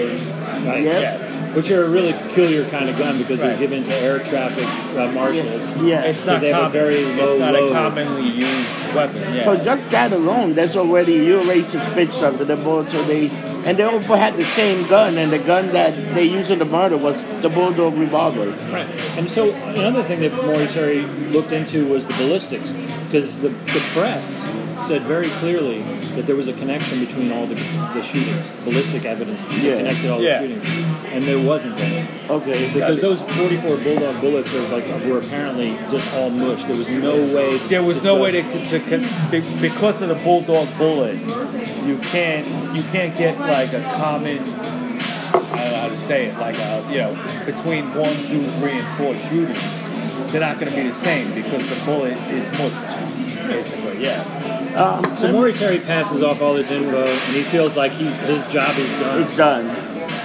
Speaker 2: Right?
Speaker 1: Yep.
Speaker 2: Yeah. Which are a really peculiar kind of gun because
Speaker 3: Right.
Speaker 2: they're given to air traffic uh, marshals.
Speaker 1: Yeah.
Speaker 3: It's not
Speaker 2: They have a
Speaker 3: common.
Speaker 2: very low
Speaker 3: it's not
Speaker 2: load.
Speaker 3: a commonly used weapon. Yeah.
Speaker 1: So just that alone, that's already you already suspect something. The bullets so they and they all had the same gun, and the gun that they used in the murder was the bulldog revolver.
Speaker 2: Right. And so another thing that Moriarty looked into was the ballistics because the, the press said very clearly that there was a connection between all the, the shootings, ballistic evidence that
Speaker 1: Yeah.
Speaker 2: connected all
Speaker 3: Yeah.
Speaker 2: the shootings. And there wasn't any.
Speaker 1: Okay,
Speaker 2: Because
Speaker 3: Got
Speaker 2: those 44 bulldog bullets are like were apparently just all mush. There was no way.
Speaker 3: there was no way to, to, con- be because of the bulldog bullet you can't you can't get like a common I don't know how to say it like a you know between one two three and four shootings they're not going to be the same because the bullet is more basically yeah
Speaker 1: um,
Speaker 2: So Maury Terry passes off all this info, and he feels like he's his job is done.
Speaker 1: it's done.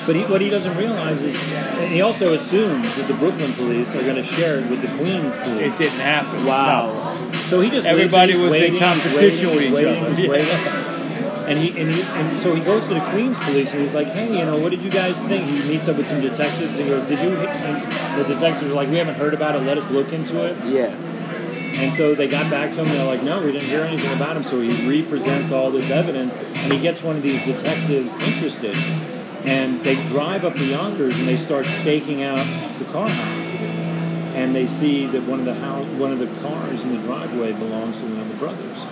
Speaker 2: But he, what he doesn't realize is, and he also assumes that the Brooklyn police are going to share it with the Queens
Speaker 3: it
Speaker 2: police.
Speaker 3: didn't happen No.
Speaker 1: Wow.
Speaker 2: so he just lives
Speaker 3: Everybody
Speaker 2: and he's
Speaker 3: was in
Speaker 2: waiting, he's
Speaker 3: competition
Speaker 2: waiting,
Speaker 3: with each
Speaker 2: he's
Speaker 3: other.
Speaker 2: waiting, he's waiting. And he, and he and so he goes to the Queens police and he's like, hey, you know, what did you guys think? He meets up with some detectives and goes, did you? And the detectives are like, we haven't heard about it. Let us look into it.
Speaker 1: Yeah.
Speaker 2: And so they got back to him. They're like, "No, we didn't hear anything about him." So he represents all this evidence, and he gets one of these detectives interested. And they drive up the Yonkers and they start staking out the car house. And they see that one of the house, one of the cars in the driveway belongs to one of the brothers.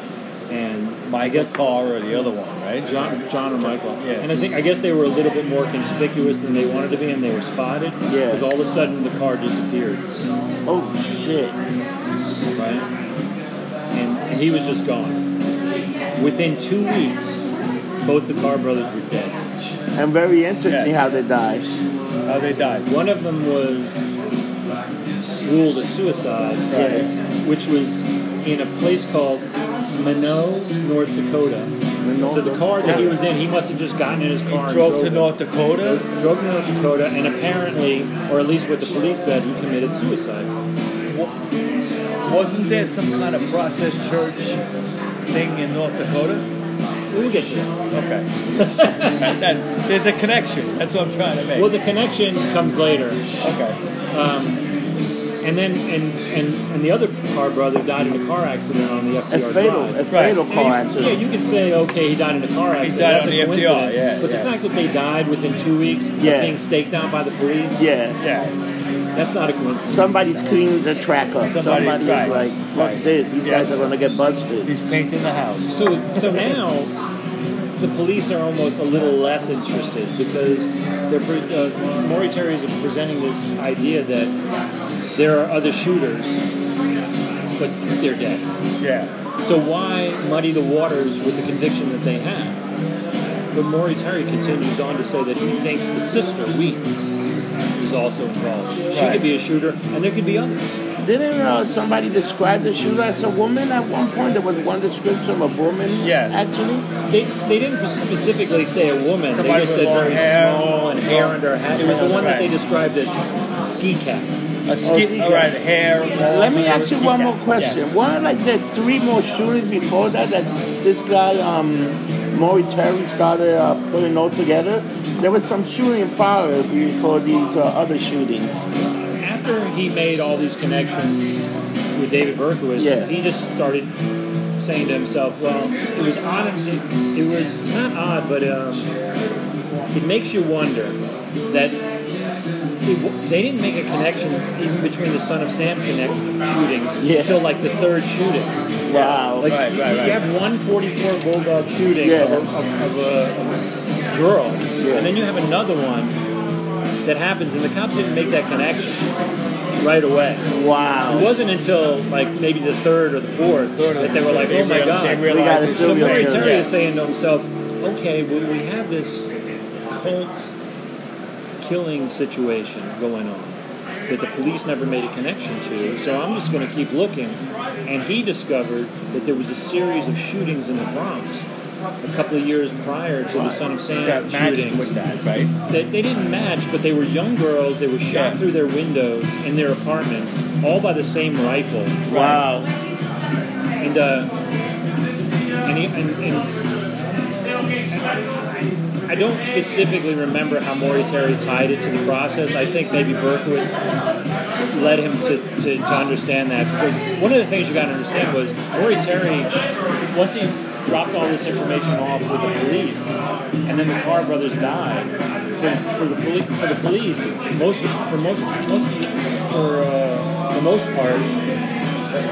Speaker 2: And I
Speaker 3: Michael
Speaker 2: guess
Speaker 3: Carr or the other one right
Speaker 2: John, John or Michael.
Speaker 3: Yeah.
Speaker 2: And I think I guess they were a little bit more conspicuous than they wanted to be, and they were spotted.
Speaker 1: Yeah.
Speaker 2: Because all of a sudden the car disappeared.
Speaker 1: Oh shit.
Speaker 2: right? And, and he was just gone. Within two weeks, both the Carr brothers were dead.
Speaker 1: And very interesting
Speaker 3: Yes.
Speaker 1: how they died.
Speaker 3: how they died
Speaker 2: One of them was ruled a suicide,
Speaker 1: Right.
Speaker 2: which was in a place called Minot, North Dakota.
Speaker 1: Minot,
Speaker 2: so the
Speaker 1: North
Speaker 2: car that he
Speaker 1: Dakota.
Speaker 2: was in, he must have just gotten in his car and
Speaker 3: drove to
Speaker 2: it.
Speaker 3: North Dakota
Speaker 2: Drove to North Dakota, and apparently, or at least what the police said, he committed suicide.
Speaker 3: wasn't there some kind of process church thing in North Dakota
Speaker 2: We'll get you. there.
Speaker 3: Okay. That- there's a connection. That's what I'm trying to make.
Speaker 2: Well, the connection comes later.
Speaker 3: okay.
Speaker 2: And then and and, and the other car brother died in a car accident on the
Speaker 1: A
Speaker 2: FDR
Speaker 1: fatal,
Speaker 2: drive.
Speaker 1: a
Speaker 3: Right.
Speaker 1: fatal
Speaker 2: And
Speaker 1: car
Speaker 2: you- Yeah,
Speaker 1: accident.
Speaker 2: you could say okay, he died in a car accident.
Speaker 3: died
Speaker 2: That's
Speaker 3: on
Speaker 2: a
Speaker 3: the FDR,
Speaker 2: coincidence.
Speaker 3: yeah,
Speaker 2: but
Speaker 3: yeah.
Speaker 2: the fact that they died within two weeks, of
Speaker 1: Yeah.
Speaker 2: being staked out by the police,
Speaker 1: Yeah.
Speaker 3: Yeah.
Speaker 2: that's not a coincidence.
Speaker 1: Somebody's cleaning the track up.
Speaker 3: Somebody-
Speaker 1: Somebody's
Speaker 3: right.
Speaker 1: like, fuck
Speaker 3: Right.
Speaker 1: this. These
Speaker 3: Yeah.
Speaker 1: guys are gonna get busted.
Speaker 3: He's painting the house.
Speaker 2: So so now the police are almost a little less interested because they're pre- uh, Maury Terry is presenting this idea that there are other shooters, but they're dead.
Speaker 3: Yeah.
Speaker 2: So why muddy the waters with the conviction that they have? But Maury Terry continues on to say that he thinks the sister, Wheat, is also involved. She
Speaker 3: Right.
Speaker 2: could be a shooter, and there could be others.
Speaker 1: Didn't uh, somebody describe the shooter as a woman at one point? There was one description of a woman.
Speaker 3: Yeah.
Speaker 1: Actually.
Speaker 2: They, they didn't specifically say a woman.
Speaker 3: Somebody
Speaker 2: they just
Speaker 3: with
Speaker 2: said
Speaker 3: long
Speaker 2: very
Speaker 3: hair.
Speaker 2: small and hair under her hat. It was the one that they
Speaker 3: Right.
Speaker 2: described as ski cap.
Speaker 3: A ski- all right. Hair.
Speaker 1: Let me ask you one more question. Were like the three more shootings before that that this guy, um, Maury Terry, started uh, putting all together? There was some shooting in power before these uh, other shootings.
Speaker 2: After he made all these connections with David Berkowitz,
Speaker 1: Yeah.
Speaker 2: he just started saying to himself, "Well, it was odd. It, it was not odd, but um, it makes you wonder that it, they didn't make a connection even between the Son of Sam connect shootings
Speaker 1: Yeah.
Speaker 2: until like the third shooting.
Speaker 1: Wow.
Speaker 2: Like
Speaker 3: Right,
Speaker 2: you,
Speaker 3: right,
Speaker 2: you
Speaker 3: right.
Speaker 2: have one 44 bulldog shooting
Speaker 1: Yeah.
Speaker 2: of, a, of, of a, of a girl, and then you have another one that happens, and the cops didn't make that connection right away. It
Speaker 1: Wow.
Speaker 2: wasn't until like maybe the third or the fourth
Speaker 3: Third or
Speaker 2: that they were like,
Speaker 3: they
Speaker 2: "Oh my
Speaker 3: real-
Speaker 2: god!"
Speaker 3: they
Speaker 2: So
Speaker 1: We got
Speaker 3: realized
Speaker 1: a
Speaker 3: it's
Speaker 1: serial
Speaker 3: something-
Speaker 2: Murray
Speaker 1: killer.
Speaker 2: Terry
Speaker 1: Yeah.
Speaker 2: is saying to himself, "Okay, well, we have this cult killing situation going on that the police never made a connection to, so I'm just going to keep looking." And he discovered that there was a series of shootings in the Bronx a couple of years prior to the Son of Sam
Speaker 3: that matched
Speaker 2: shootings
Speaker 3: with that, right?
Speaker 2: they, they didn't match, but they were young girls. They were shot
Speaker 3: Yeah.
Speaker 2: through their windows in their apartments, all by the same rifle.
Speaker 1: Wow.
Speaker 2: And uh, and, he, and, and I don't specifically remember how Moritari tied it to the process. I think maybe Berkowitz led him to, to, to understand that because one of the things you got to understand was Moritari once he dropped all this information off with the police, and then the Carr brothers died. For, for the police, for the police, most for most most for uh, the most part,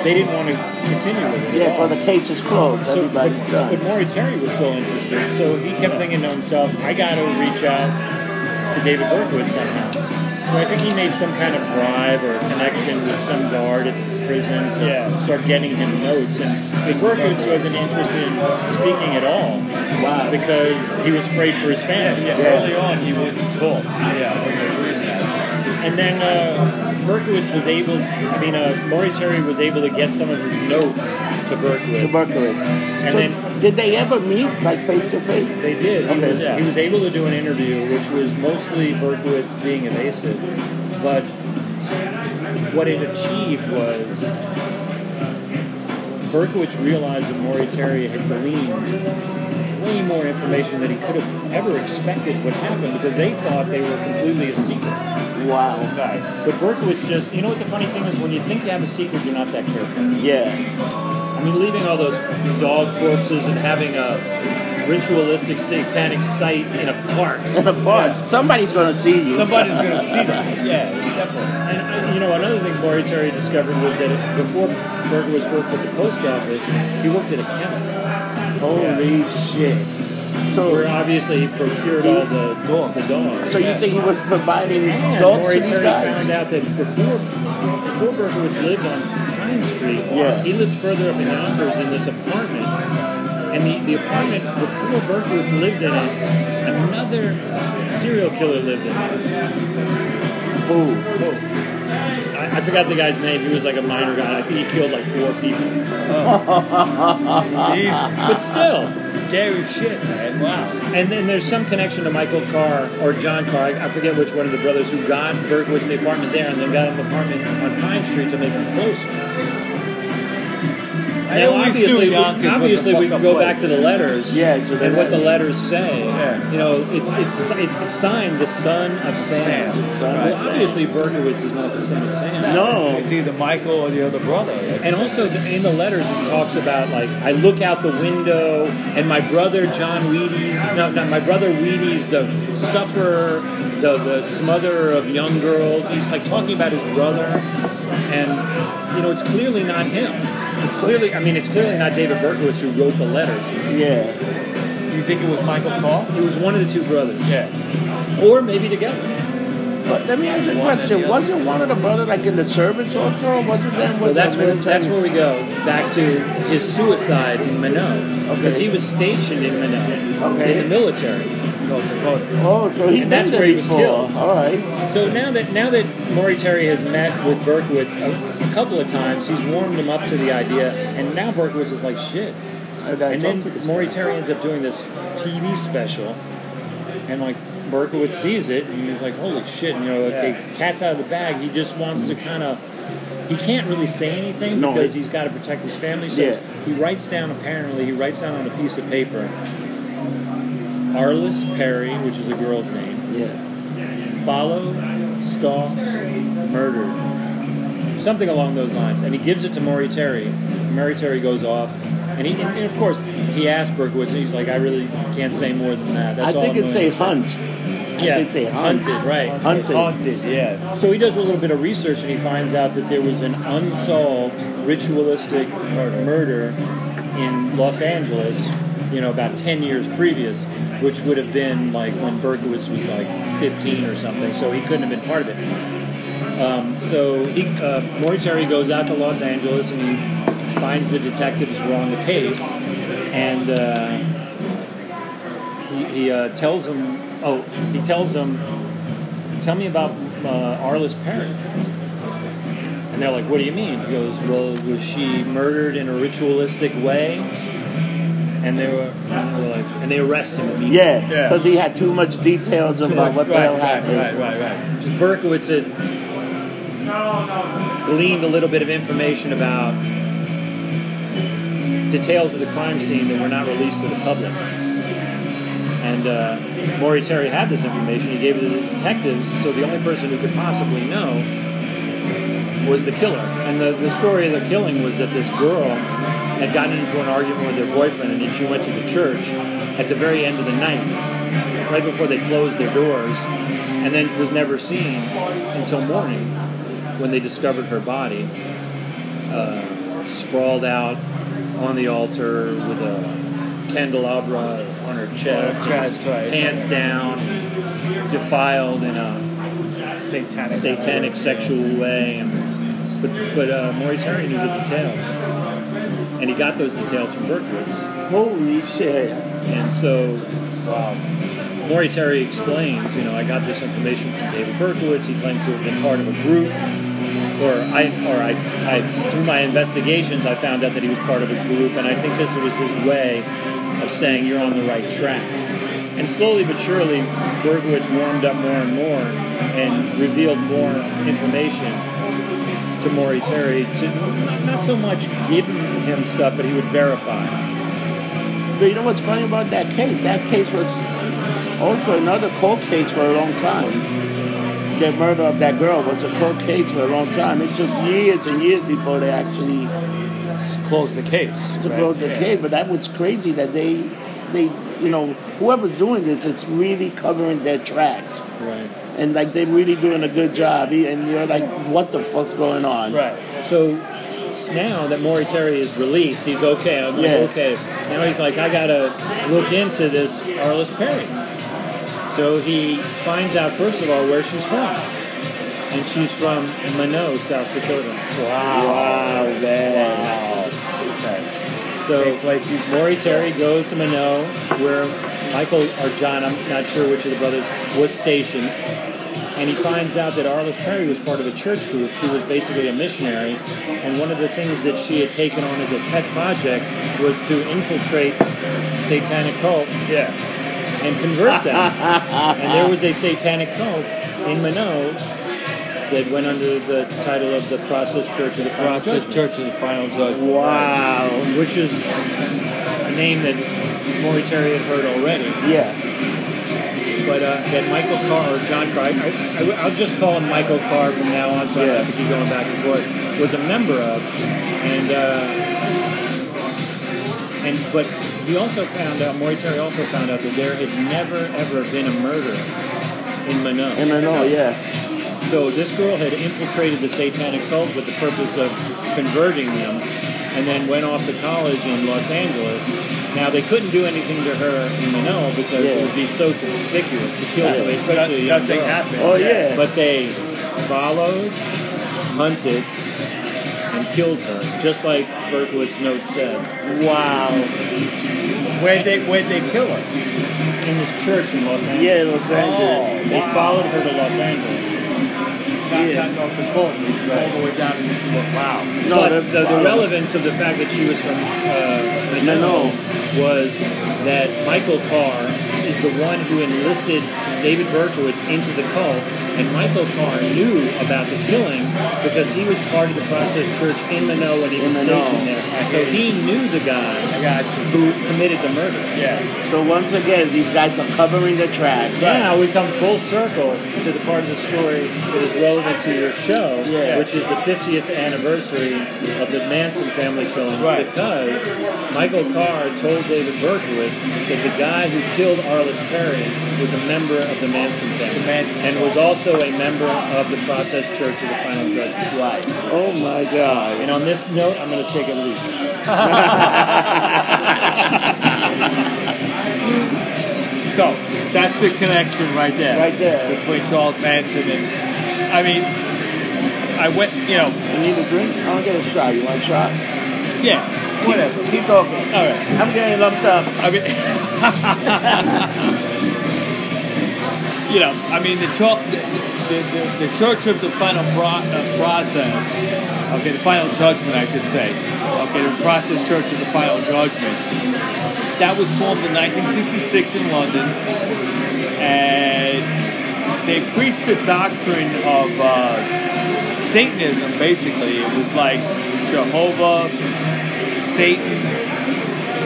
Speaker 2: they didn't want to continue with it. at
Speaker 1: Yeah,
Speaker 2: all.
Speaker 1: but the case is closed.
Speaker 2: So, but,
Speaker 1: Everybody's
Speaker 2: but
Speaker 1: done.
Speaker 2: Maury Terry was still interested, so he kept thinking to himself, I gotta reach out to David Berkowitz somehow. So I think he made some kind of bribe or connection with some guard at the prison to
Speaker 3: Yeah.
Speaker 2: start getting him notes. And the Berkowitz wasn't interested in speaking at all
Speaker 1: Wow.
Speaker 2: because he was afraid for his family.
Speaker 3: Yeah, early on he wouldn't talk. Yeah,
Speaker 2: And then uh, Berkowitz was able, I mean, uh, Maury Terry was able to get some of his notes to Berkowitz.
Speaker 1: Tuberculous.
Speaker 2: And
Speaker 1: So,
Speaker 2: then
Speaker 1: did they ever meet, like face to face?
Speaker 2: They did. He,
Speaker 1: Okay,
Speaker 2: was,
Speaker 1: yeah.
Speaker 2: he was able to do an interview, which was mostly Berkowitz being evasive. But what it achieved was Berkowitz realized that Maury Terry had gleaned way more information than he could have ever expected would happen because they thought they were completely a secret.
Speaker 1: Wow.
Speaker 2: But Berkowitz just, you know what the funny thing is? When you think you have a secret, you're not that careful.
Speaker 1: Yeah.
Speaker 2: I mean, leaving all those dog corpses and having a ritualistic satanic site in a park.
Speaker 1: In a park. Somebody's going to see you.
Speaker 3: somebody's gonna see that.
Speaker 2: Yeah, definitely. And uh, you know, another thing Maury Terry discovered was that before Berkowitz worked at the post office, he worked at a kennel,
Speaker 1: Holy shit.
Speaker 2: where
Speaker 1: So,
Speaker 2: obviously he procured all the the dogs.
Speaker 1: so you think he was providing
Speaker 2: And
Speaker 1: dogs
Speaker 2: Maury
Speaker 1: to these
Speaker 2: Terry
Speaker 1: guys?
Speaker 2: found out that before before Berkowitz lived on Pine Street,
Speaker 1: Yeah.
Speaker 2: he lived further up in Yonkers in this apartment. And the, the apartment before Berkowitz lived in it, another serial killer lived in it.
Speaker 1: Who?
Speaker 2: I, I forgot the guy's name. He was like a minor guy. I think he killed like four people.
Speaker 3: Jeez,
Speaker 1: Uh-huh.
Speaker 2: But still,
Speaker 3: scary shit, man. Wow.
Speaker 2: and then there's some connection to Michael Carr or John Carr. I, I forget which one of the brothers who got Berkowitz the apartment there and then got him an apartment on Pine Street to make him closer.
Speaker 3: I
Speaker 2: now,
Speaker 3: always
Speaker 2: obviously,
Speaker 3: knew Yonkers
Speaker 2: we,
Speaker 3: was a
Speaker 2: obviously we can
Speaker 3: fucked
Speaker 2: go
Speaker 3: up
Speaker 2: back
Speaker 3: place.
Speaker 2: to the letters
Speaker 1: Yeah, to the
Speaker 2: and what the letters say.
Speaker 3: Yeah.
Speaker 2: You know, it's, it's it's signed the son of Sam.
Speaker 3: Sam,
Speaker 1: son of
Speaker 2: well,
Speaker 1: Sam.
Speaker 2: obviously, Berkowitz is not the son of Sam.
Speaker 1: No.
Speaker 3: It's, it's either Michael or the other brother. It's-
Speaker 2: And also th- in the letters, it talks about like I look out the window and my brother John Wheaties, no, not my brother Wheaties, the sufferer, the the smotherer of young girls. He's like talking about his brother, and you know it's clearly not him. It's clearly, I mean, it's clearly not David Berkowitz who wrote the letters.
Speaker 1: Yeah.
Speaker 3: you think it was Michael Carr?
Speaker 2: It was one of the two brothers,
Speaker 3: Yeah.
Speaker 2: or maybe together.
Speaker 1: But let me ask you a
Speaker 3: One and the
Speaker 1: question.
Speaker 3: other.
Speaker 1: Wasn't one of the brothers like in the service also? Wasn't that
Speaker 2: Well,
Speaker 1: was
Speaker 2: that's
Speaker 1: that
Speaker 2: where
Speaker 1: military?
Speaker 2: that's where we go back to his suicide in Minot, because
Speaker 1: Okay.
Speaker 2: he was stationed in Minot
Speaker 1: Okay.
Speaker 2: in the military.
Speaker 3: North Dakota.
Speaker 1: Oh, so he did
Speaker 2: And that's
Speaker 1: that
Speaker 2: where he was
Speaker 1: before.
Speaker 2: killed.
Speaker 1: All right.
Speaker 2: So now that now that Maury Terry has met with Berkowitz a, a couple of times, he's warmed him up to the idea, and now Berkowitz is like, shit.
Speaker 1: I, I
Speaker 2: and
Speaker 1: talked to this
Speaker 2: then
Speaker 1: guy.
Speaker 2: Maury Terry ends up doing this TV special, and like Berkowitz sees it, and he's like, holy shit, and, you know, okay, cat's out of the bag. He just wants to kind of. He can't really say anything
Speaker 1: No,
Speaker 2: because
Speaker 1: he-
Speaker 2: he's got to protect his family. So
Speaker 1: Yeah.
Speaker 2: he writes down apparently he writes down on a piece of paper, Arliss Perry, which is a girl's name
Speaker 1: Yeah.
Speaker 2: follow, stalk, murder. Something along those lines. And he gives it to Maury Terry. Maury Terry goes off. And, he, and, and of course, he asked Berkowitz, and he's like, I really can't say more than that. That's
Speaker 1: I
Speaker 2: all
Speaker 1: think
Speaker 2: I'm
Speaker 1: it
Speaker 2: willing
Speaker 1: says hunt.
Speaker 2: to say."
Speaker 1: I
Speaker 2: Yeah,
Speaker 1: think they hunt.
Speaker 2: hunted, right.
Speaker 1: Hunted.
Speaker 3: Haunted, yeah.
Speaker 2: So he does a little bit of research and he finds out that there was an unsolved ritualistic murder in Los Angeles, you know, about 10 years previous, which would have been like when Berkowitz was like 15 or something, so he couldn't have been part of it. Um, so he, uh, Moriarty goes out to Los Angeles and he finds the detectives who are on the case and. Uh, he, he uh, tells him, oh, he tells him, tell me about uh, Arla's parent. And they're like, what do you mean? He goes, well, was she murdered in a ritualistic way? And they were, and they were like, and they arrest him immediately.
Speaker 1: Yeah,
Speaker 3: Yeah.
Speaker 1: because he had too much details about what the
Speaker 3: right,
Speaker 1: hell
Speaker 3: right,
Speaker 1: happened.
Speaker 3: right, right, right.
Speaker 2: Berkowitz had gleaned a little bit of information about details of the crime scene that were not released to the public. And uh, Maury Terry had this information. He gave it to the detectives, so the only person who could possibly know was the killer. And the, the story of the killing was that this girl had gotten into an argument with her boyfriend, and then she went to the church at the very end of the night right before they closed their doors, and then was never seen until morning when they discovered her body uh, sprawled out on the altar with a candelabra on her chest,
Speaker 3: Chest, right.
Speaker 2: pants down, defiled in a
Speaker 3: Satanic.
Speaker 2: satanic sexual way. And, but but uh, Maury Terry knew the details, and he got those details from Berkowitz.
Speaker 1: Holy shit.
Speaker 2: And so, um, Maury Terry explains, you know, I got this information from David Berkowitz. He claims to have been part of a group, or I, or I, I, through my investigations, I found out that he was part of a group, and I think this was his way of saying you're on the right track. And slowly but surely, Berkowitz warmed up more and more and revealed more information to Maury Terry to not, not so much give him stuff, but he would verify.
Speaker 1: But you know what's funny about that case? That case was also another cold case for a long time. The murder of that girl was a cold case for a long time. It took years and years before they actually
Speaker 3: Close the case.
Speaker 1: to close the case. But that was crazy that they, they, you know, whoever's doing this, it's really covering their tracks.
Speaker 2: Right.
Speaker 1: And like they're really doing a good job. And you're like, what the fuck's going on?
Speaker 3: Right.
Speaker 2: So now that Maury Terry is released, he's okay. I'm like,
Speaker 1: Yeah.
Speaker 2: okay. Now he's like, I gotta look into this Arliss Perry. So he finds out first of all where she's from, and she's from Minot, South Dakota.
Speaker 1: Wow, man.
Speaker 3: Wow. Okay.
Speaker 2: So
Speaker 3: Same place you-
Speaker 2: Maury Terry goes to Minot, where Michael or John, I'm not sure which of the brothers, was stationed. And he finds out that Arliss Perry was part of a church group. She was basically a missionary. And one of the things that she had taken on as a pet project was to infiltrate satanic cult
Speaker 3: Yeah.
Speaker 2: and convert them. and there was a satanic cult in Minot that went under the title of the Process Church of the Final
Speaker 3: Process
Speaker 2: Judgment
Speaker 3: Church is the final judge.
Speaker 1: Wow.
Speaker 2: which is a name that Maury Terry had heard already.
Speaker 1: Yeah.
Speaker 2: But uh, that Michael Carr or John Carr, I, I, will just call him Michael Carr from now on, so I don't have to keep going back and forth. Was a member of, and uh, and but he also found out. Maury Terry also found out that there had never ever been a murder in Minot.
Speaker 1: And I know, yeah.
Speaker 2: So this girl had infiltrated the satanic cult with the purpose of converting them, and then went off to college in Los Angeles. Now they couldn't do anything to her in Manila because it would be so conspicuous to kill somebody, especially a young
Speaker 3: Nothing
Speaker 2: girl.
Speaker 3: happened.
Speaker 1: Oh, yeah.
Speaker 2: But they followed, hunted, and killed her, just like Berkowitz's note said,
Speaker 1: Wow.
Speaker 3: Where'd they, where'd they kill her?
Speaker 2: in this church in Los Angeles.
Speaker 1: Yeah, Los Angeles.
Speaker 2: They
Speaker 3: wow.
Speaker 2: followed her to Los Angeles.
Speaker 3: Not,
Speaker 1: Yeah.
Speaker 3: not off the court. All the way down. Wow.
Speaker 1: No,
Speaker 2: but
Speaker 1: they're-
Speaker 2: the, the
Speaker 1: wow.
Speaker 2: relevance of the fact that she was from uh, Minot was that Michael Carr is the one who enlisted David Berkowitz into the cult And Michael Carr knew about the killing because he was part of the Protestant church in Manoa when he was
Speaker 1: In Manoa.
Speaker 2: stationed there. So he knew the guy
Speaker 3: I got you.
Speaker 2: who committed the murder.
Speaker 3: Yeah.
Speaker 1: So once again, these guys are covering the tracks.
Speaker 3: Right.
Speaker 2: Now we come full circle to the part of the story that is relevant to your show,
Speaker 1: Yeah.
Speaker 2: which is the 50th anniversary of the Manson family killing.
Speaker 3: Right.
Speaker 2: Because Michael Carr told David Berkowitz that the guy who killed Arliss Perry was a member of the Manson family
Speaker 3: The Manson
Speaker 2: and was also a member of the Process Church of the Final Judgment.
Speaker 3: Right.
Speaker 1: Oh my God.
Speaker 2: And on this note, I'm going to take a leap.
Speaker 3: So that's the connection right there.
Speaker 1: Right there.
Speaker 3: Between Charles Manson and I mean I went you know,
Speaker 1: You need a drink? I don't get a shot. You want a shot?
Speaker 3: yeah, whatever.
Speaker 1: Keep talking.
Speaker 3: All right.
Speaker 1: I'm getting lumped up.
Speaker 3: I mean, you know, I mean the, cho- the, the, the, the Church of the Final pro- uh, Process, okay, the Final Judgment, I should say, okay, the Process Church of the Final Judgment. That was formed in 1966 in London, and they preached the doctrine of uh, Satanism. Basically, it was like Jehovah, Satan,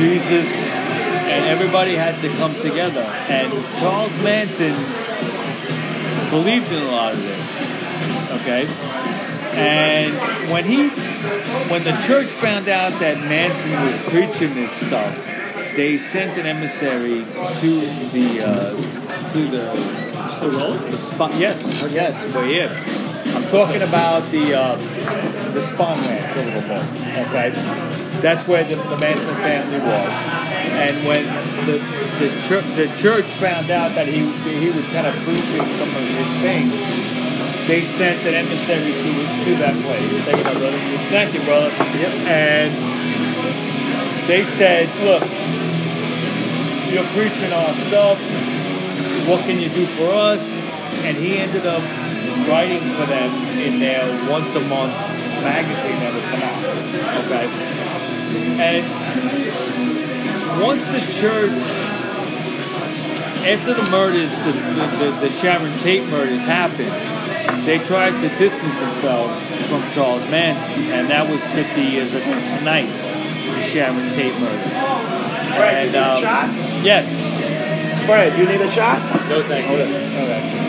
Speaker 3: Jesus, and everybody had to come together. And Charles Manson believed in a lot of this. Okay? And when he when the church found out that Manson was preaching this stuff, they sent an emissary to the uh, to the
Speaker 2: Still rolling?
Speaker 3: the spot. Yes, yes, we're here. I'm talking about the uh, the spawn ranch over the boat. Okay, that's where the, the Manson family was, and when the the, chur- the church found out that he he was kind of preaching some of his things, they sent an emissary to to that place. Thank you, my brother. Thank you, brother. Yep. And they said, look, you're preaching our stuff what can you do for us? And he ended up writing for them in their once a month magazine that would come out. Okay. And once the church, after the murders, the, the, the, the Sharon Tate murders happened, they tried to distance themselves from Charles Manson, and that was 50 years ago tonight, the Sharon Tate murders.
Speaker 1: Fred, you need a
Speaker 3: um,
Speaker 1: shot? Oh,
Speaker 3: Yes.
Speaker 1: Fred, you need a shot?
Speaker 2: No, thank you.
Speaker 3: Okay.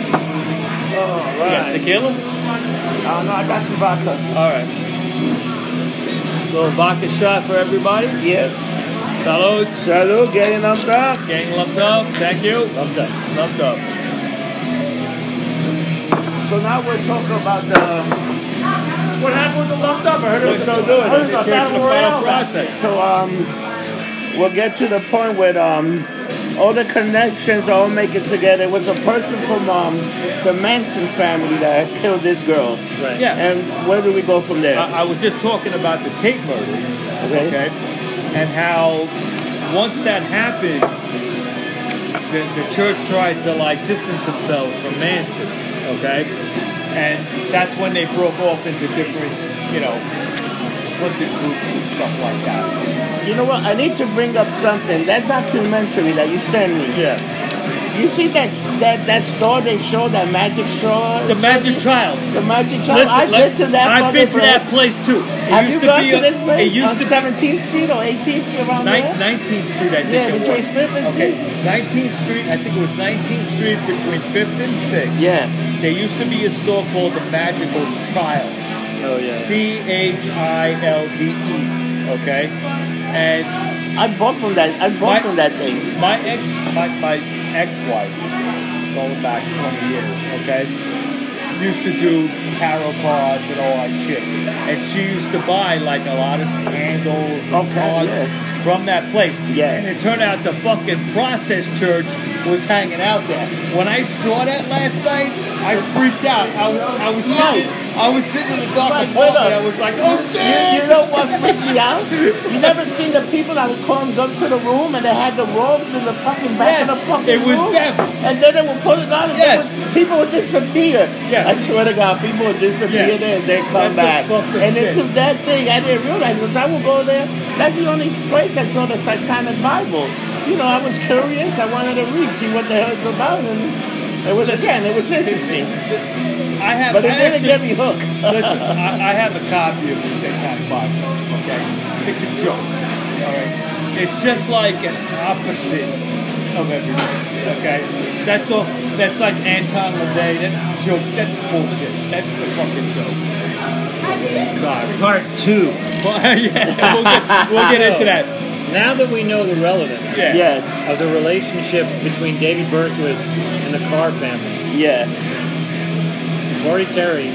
Speaker 1: Oh, right.
Speaker 3: Yeah, tequila?
Speaker 1: Uh, no, I got you vodka.
Speaker 3: All right. Little vodka shot for everybody.
Speaker 1: Yeah.
Speaker 3: Salutes.
Speaker 1: Salud, getting lumped up.
Speaker 3: Getting lumped up. Thank you.
Speaker 2: Lumped up.
Speaker 3: Lumped up.
Speaker 1: So now we're talking about the. What happened with the lumped up? I heard it was so good. I heard it was a
Speaker 3: Church
Speaker 1: battle
Speaker 3: of the final
Speaker 1: royale.
Speaker 3: process.
Speaker 1: So um, we'll get to the point where um, all the connections all make it together. It was a person from um, the Manson family that killed this girl.
Speaker 2: Right.
Speaker 3: Yeah.
Speaker 1: And where do we go from there?
Speaker 3: I, I was just talking about the Tate murders,
Speaker 1: Okay.
Speaker 3: okay, and how once that happened, the, the church tried to like distance themselves from Manson, okay, and that's when they broke off into different, you know, splinter groups and stuff like that.
Speaker 1: you know what? I need to bring up something. That documentary that you sent me.
Speaker 3: Yeah,
Speaker 1: You see that that that store they show that magic store.
Speaker 3: the Magic Child.
Speaker 1: The magic shop.
Speaker 3: Listen,
Speaker 1: I've
Speaker 3: let-
Speaker 1: been to that.
Speaker 3: I've been
Speaker 1: fucking
Speaker 3: to that
Speaker 1: place.
Speaker 3: place too. It
Speaker 1: Have you
Speaker 3: used
Speaker 1: gone
Speaker 3: to be
Speaker 1: to
Speaker 3: a-
Speaker 1: this place?
Speaker 3: It used
Speaker 1: on
Speaker 3: to be
Speaker 1: 17th Street or 18th Street around
Speaker 3: Nin-
Speaker 1: there?
Speaker 3: 19th Street, I think
Speaker 1: Yeah,
Speaker 3: it
Speaker 1: between
Speaker 3: was.
Speaker 1: Fifth and
Speaker 3: okay. 19th Street, I think it was 19th Street between 5th and 6th.
Speaker 1: Yeah.
Speaker 3: There used to be a store called the Magical Child.
Speaker 2: Oh, yeah.
Speaker 3: C H I L D E. Okay? And
Speaker 1: I bought from that. I bought
Speaker 3: My-
Speaker 1: from that thing.
Speaker 3: my ex, my, my ex-wife, going back 20 years, okay, used to do tarot cards and all that shit, and she used to buy like a lot of candles and
Speaker 1: Okay,
Speaker 3: cards
Speaker 1: yeah.
Speaker 3: from that place.
Speaker 1: Yes.
Speaker 3: And it turned out the fucking Process Church was hanging out there. When I saw that last night, I freaked out. I was, I was
Speaker 1: No.
Speaker 3: sitting, I was sitting in the dark
Speaker 1: Right,
Speaker 3: and
Speaker 1: wait
Speaker 3: walking,
Speaker 1: up.
Speaker 3: I was like, oh shit!
Speaker 1: You, you know what freaked me out? You never seen the people that would come come to the room and they had the robes in the fucking back of
Speaker 3: Yes,
Speaker 1: the fucking
Speaker 3: it was
Speaker 1: room?
Speaker 3: them.
Speaker 1: And then they would put it on and they
Speaker 3: Yes.
Speaker 1: would, people would disappear.
Speaker 3: Yeah.
Speaker 1: I swear to God, people would disappear
Speaker 3: Yeah.
Speaker 1: there and then come
Speaker 3: That's some
Speaker 1: back.
Speaker 3: fucked up
Speaker 1: And
Speaker 3: shit.
Speaker 1: it's a- that thing I didn't realize was I would go there. That's the only place I saw the Satanic Bible. You know, I was curious. I wanted to read, see what the hell it's about. And It was again, it was interesting,
Speaker 3: I have.
Speaker 1: but it
Speaker 3: I
Speaker 1: didn't
Speaker 3: actually-
Speaker 1: get me hooked.
Speaker 3: Listen, I, I have a copy of the St. Pat Bible, okay? It's a joke, all right? It's just like an opposite of everything, okay? That's all, that's like Anton LaVey, that's a joke, that's bullshit, that's the fucking joke. Sorry.
Speaker 2: Part two.
Speaker 3: Well, yeah, we'll get, we'll get into that.
Speaker 2: Now that we know the relevance
Speaker 3: Yeah.
Speaker 1: Yes,
Speaker 2: of the relationship between David Berkowitz and the Carr family,
Speaker 1: yeah,
Speaker 2: Lori Terry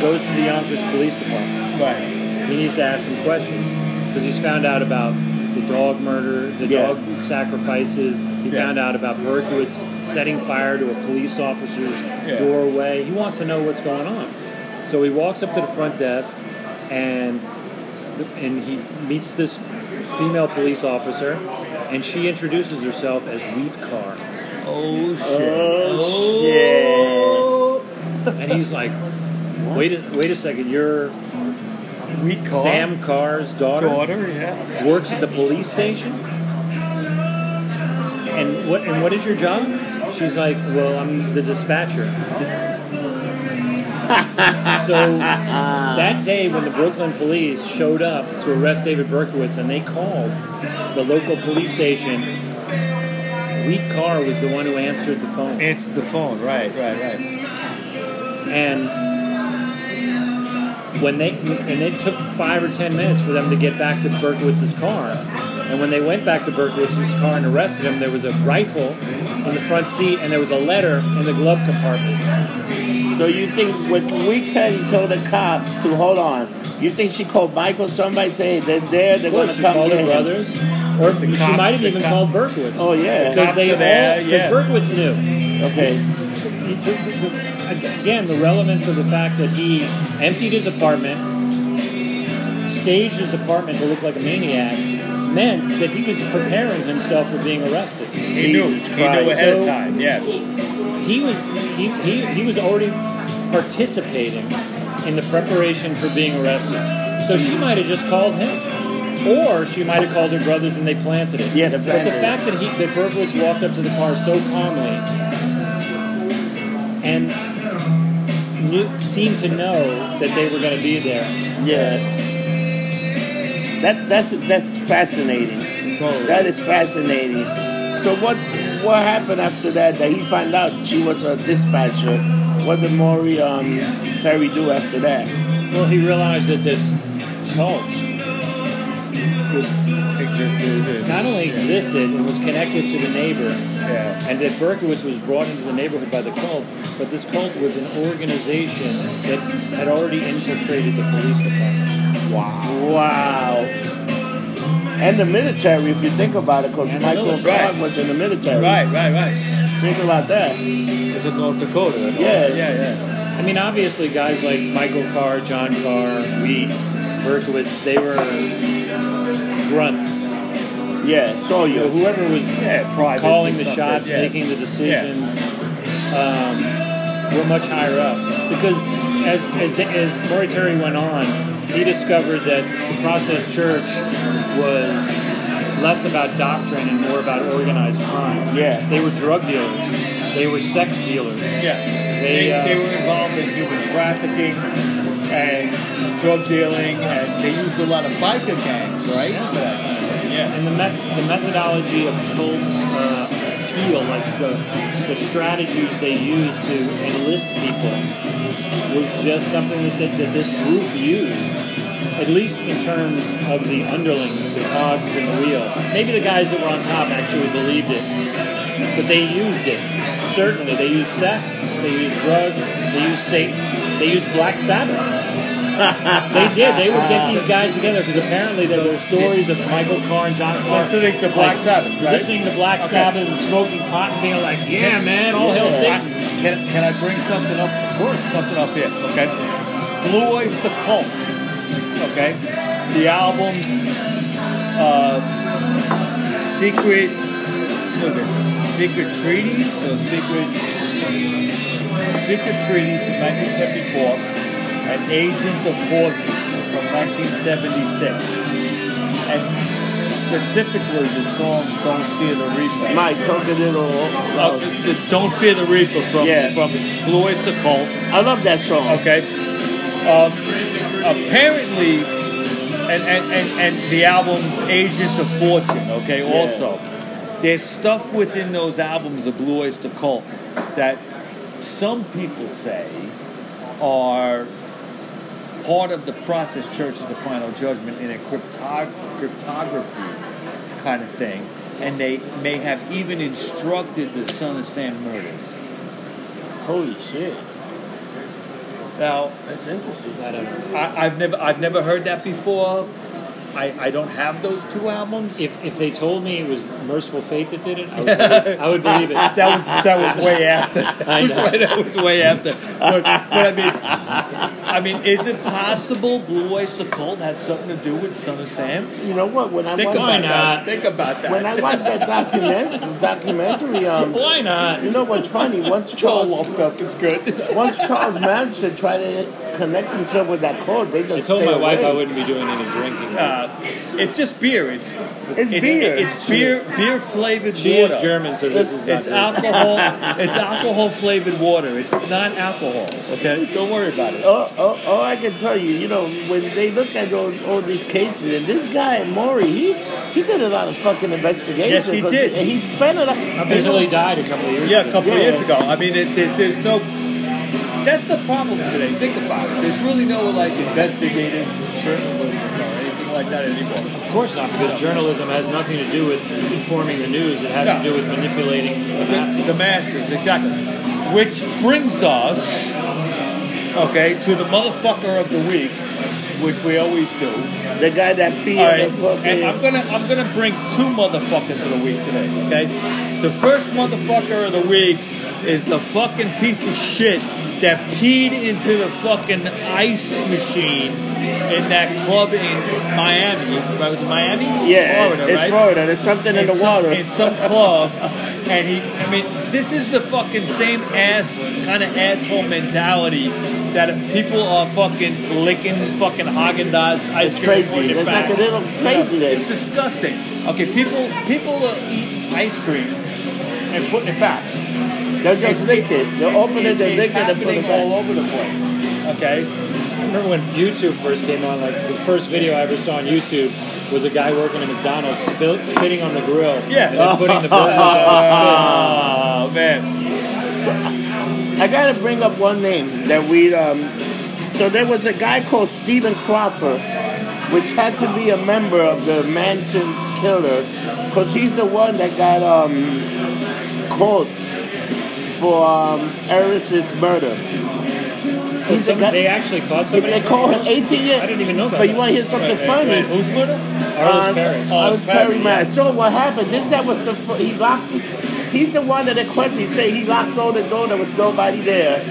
Speaker 2: goes to the Yonkers Police Department.
Speaker 3: Right.
Speaker 2: He needs to ask some questions because he's found out about the dog murder, the
Speaker 1: Yeah.
Speaker 2: dog sacrifices. He
Speaker 3: Yeah.
Speaker 2: found out about Berkowitz setting fire to a police officer's
Speaker 3: Yeah.
Speaker 2: doorway. He wants to know what's going on. So he walks up to the front desk and and he meets this female police officer and she introduces herself as Wheat Car.
Speaker 3: Oh, shit.
Speaker 1: Oh,
Speaker 3: Oh,
Speaker 1: shit.
Speaker 2: And he's like, wait a, wait a second, you're
Speaker 3: We call
Speaker 2: Sam Carr's
Speaker 3: daughter, yeah.
Speaker 2: works at the police station. And what and what is your job? She's like, well, I'm the dispatcher. so that day when the Brooklyn police showed up to arrest David Berkowitz and they called the local police station, Wheat Carr was the one who answered the phone.
Speaker 3: Answered the phone, right, right, right.
Speaker 2: And when they and it took five or ten minutes for them to get back to Berkowitz's car. And when they went back to Berkowitz's car and arrested him, there was a rifle in the front seat and there was a letter in the glove compartment.
Speaker 1: So you think what we can told the cops to hold on? You think she called Michael? Somebody saying they're there. They're
Speaker 2: Well,
Speaker 1: going to
Speaker 2: she
Speaker 1: come
Speaker 2: called
Speaker 1: get
Speaker 2: her
Speaker 1: him.
Speaker 2: brothers, or she
Speaker 3: cops-
Speaker 2: might have
Speaker 3: the
Speaker 2: even
Speaker 3: cop-
Speaker 2: called Berkowitz.
Speaker 1: Oh yeah.
Speaker 2: because
Speaker 3: Cops
Speaker 2: they
Speaker 3: are there,
Speaker 2: because
Speaker 3: yeah.
Speaker 2: Berkowitz knew.
Speaker 1: Okay.
Speaker 2: Again, the relevance of the fact that he emptied his apartment, staged his apartment to look like a maniac, meant that he was preparing himself for being arrested.
Speaker 3: He knew.
Speaker 1: Jesus
Speaker 3: He knew
Speaker 1: Christ.
Speaker 3: ahead of
Speaker 2: So-
Speaker 3: time, yeah.
Speaker 2: He was he, he, he was already participating in the preparation for being arrested. So she might have just called him. Or she might have called her brothers and they planted it.
Speaker 1: Yes,
Speaker 2: but the
Speaker 1: planted it.
Speaker 2: fact that he that Berkowitz walked up to the car so calmly and knew, seemed to know that they were going to be there.
Speaker 1: Yeah. That that's that's fascinating.
Speaker 3: Totally.
Speaker 1: That is fascinating. So what what happened after that? That he found out she was a dispatcher. What did Maury um, Terry do after that?
Speaker 2: Well, he realized that this cult was
Speaker 3: existed.
Speaker 2: not only existed and was connected to the neighbor,
Speaker 3: Yeah.
Speaker 2: and that Berkowitz was brought into the neighborhood by the cult, but this cult was an organization that had already infiltrated the police department.
Speaker 1: Wow. And the military, if you think about it, because
Speaker 2: And the
Speaker 1: Michael
Speaker 2: military.
Speaker 1: Clark was in the military.
Speaker 3: Right, right, right.
Speaker 1: Think about that.
Speaker 3: It's in North Dakota. and all
Speaker 1: Yeah.
Speaker 3: that. yeah,
Speaker 2: I mean, obviously, guys like Michael Carr, John Carr, Wheat, Berkowitz, they were grunts.
Speaker 1: Yeah, so
Speaker 2: You know,
Speaker 1: you.
Speaker 2: whoever was
Speaker 3: yeah. Private
Speaker 2: calling the shots, making the decisions, um, were much higher up. Because as as as Maury Terry went on, he discovered that the process church was less about doctrine and more about organized crime.
Speaker 1: Yeah.
Speaker 2: they were drug dealers. They were sex dealers.
Speaker 3: Yeah.
Speaker 2: They,
Speaker 3: They,
Speaker 2: uh,
Speaker 3: they were involved in human trafficking and drug dealing, and they used a lot of biker gangs, right?
Speaker 2: Yeah.
Speaker 3: For that kind of thing, Yeah.
Speaker 2: And the, met- the methodology of cults uh, appeal, like the, the strategies they used to enlist people, was just something that, that, that this group used, at least in terms of the underlings, the cogs in the wheel. Maybe the guys that were on top actually believed it, but they used it. Certainly, they used sex, they used drugs, they used Satan, they used Black Sabbath. They did. They would get these guys together because apparently there were stories of Michael Carr and John Carr
Speaker 3: Listening to Black
Speaker 2: like,
Speaker 3: Sabbath, right?
Speaker 2: listening to Black
Speaker 3: Okay.
Speaker 2: Sabbath and smoking pot and being like, "Yeah, man, all hell
Speaker 3: Yeah.
Speaker 2: Satan."
Speaker 3: Can, can I bring something up? Of course, something up here. Okay. Blue Oyster Cult. Okay. The albums. Uh, secret. What is it? Secret treaties or secret. Secret treaties in 1974 and Agents of Fortune from 1976. And specifically the song "Don't Fear the Reaper."
Speaker 1: My Crocodile.
Speaker 3: Uh,
Speaker 1: Uh,
Speaker 3: the- the Don't Fear the Reaper from
Speaker 1: Yeah.
Speaker 3: from Blue Oyster Cult.
Speaker 1: I love that song.
Speaker 3: Okay. Um, apparently, and, and, and, and the albums Agents of Fortune, okay,
Speaker 1: Yeah.
Speaker 3: also. There's stuff within those albums of Blue Oyster Cult that some people say are part of the process Church of the Final Judgment in a cryptog- cryptography kind of thing. And they may have even instructed the Son of Sam murders.
Speaker 1: Holy shit.
Speaker 3: Now,
Speaker 1: That's interesting.
Speaker 2: I don't know.
Speaker 3: I, I've never I've never heard that before. I, I don't have those two albums.
Speaker 2: If, if they told me it was Merciful Fate that did it, I would believe, I would believe it.
Speaker 3: that was that was way after. That was, way, that was way after. But, but I mean, I mean, is it possible Blue Oyster Cult has something to do with Son of Sam?
Speaker 1: You know what? When I
Speaker 3: Think
Speaker 1: watched,
Speaker 3: about
Speaker 2: not?
Speaker 3: that. Think about that.
Speaker 1: when I watched that document, documentary, um,
Speaker 2: Why not?
Speaker 1: you know what's funny? Once Charles walked up, it's good. Once Charles Manson tried to connect himself with that code, they just
Speaker 2: I told
Speaker 1: stay
Speaker 2: my wife
Speaker 1: away.
Speaker 2: I wouldn't be doing any drinking.
Speaker 3: uh, it's just beer. It's
Speaker 1: It's beer.
Speaker 3: It's, beer beer flavored
Speaker 2: She
Speaker 3: water.
Speaker 2: is German, so this is not
Speaker 3: It's
Speaker 2: good.
Speaker 3: alcohol. it's alcohol flavored water. It's not alcohol. Okay, don't worry about it.
Speaker 1: Oh, oh, oh, I can tell you, you know, when they look at all, all these cases, and this guy, Maury, he, he did a lot of fucking investigation.
Speaker 3: Yes, he did.
Speaker 1: And he spent a lot.
Speaker 2: Until he died a couple of years
Speaker 3: Yeah,
Speaker 2: ago.
Speaker 3: a couple of
Speaker 1: Yeah.
Speaker 3: years ago. I mean, it, there's, there's no. That's the problem today. Think about it. There's really no like investigative journalism or anything like that anymore.
Speaker 2: Of course not, because journalism has nothing to do with informing the news. It has
Speaker 3: No.
Speaker 2: to do with manipulating the masses.
Speaker 3: The, the masses, exactly. Which brings us, okay, to the motherfucker of the week, which we always do.
Speaker 1: The guy that beat
Speaker 3: All right,
Speaker 1: the fucking.
Speaker 3: and I'm gonna I'm gonna bring two motherfuckers of the week today. Okay, the first motherfucker of the week is the fucking piece of shit that peed into the fucking ice machine in that club in Miami. Right, was it Miami?
Speaker 1: yeah,
Speaker 3: Florida,
Speaker 1: it's
Speaker 3: right?
Speaker 1: Florida. There's something in, the
Speaker 3: some,
Speaker 1: water.
Speaker 3: In some club. And he, I mean, this is the fucking same ass kind of asshole mentality that people are fucking licking fucking Haagen Dazs ice
Speaker 1: It's
Speaker 3: cream
Speaker 1: crazy.
Speaker 3: on their
Speaker 1: It's
Speaker 3: back.
Speaker 1: like a little craziness.
Speaker 3: It's disgusting. Okay, people people uh, eat ice cream and putting it back.
Speaker 1: They're just naked. They're opening it, they're
Speaker 3: it's
Speaker 1: naked, and putting
Speaker 3: happening
Speaker 1: it
Speaker 3: all
Speaker 1: back.
Speaker 3: over the place. Okay,
Speaker 2: I remember when YouTube first came on, like the first video I ever saw on YouTube was a guy working at McDonald's spill, spitting on the grill.
Speaker 3: Yeah.
Speaker 2: And then putting the burgers on
Speaker 3: oh man,
Speaker 1: I gotta bring up one name that we. Um, so there was a guy called Stephen Crawford, which had to be a member of the Manson's killer, because he's the one that got um, caught for um, Eris's murder.
Speaker 2: the
Speaker 1: He's
Speaker 2: spit.
Speaker 1: a
Speaker 2: Some-
Speaker 1: guy,
Speaker 2: They
Speaker 1: they,
Speaker 2: actually caught somebody.
Speaker 1: call him 18 years.
Speaker 2: I didn't even know about
Speaker 1: But
Speaker 2: that.
Speaker 1: you want to hear something
Speaker 2: Right, right,
Speaker 1: funny?
Speaker 2: right.
Speaker 3: who's murder?
Speaker 2: Arliss
Speaker 1: Um,
Speaker 2: Perry.
Speaker 1: I was
Speaker 3: Oh, Perry,
Speaker 1: very mad. So what happened? This guy was the fir- he locked. He's the one that question. He said he locked all the door. There was nobody there.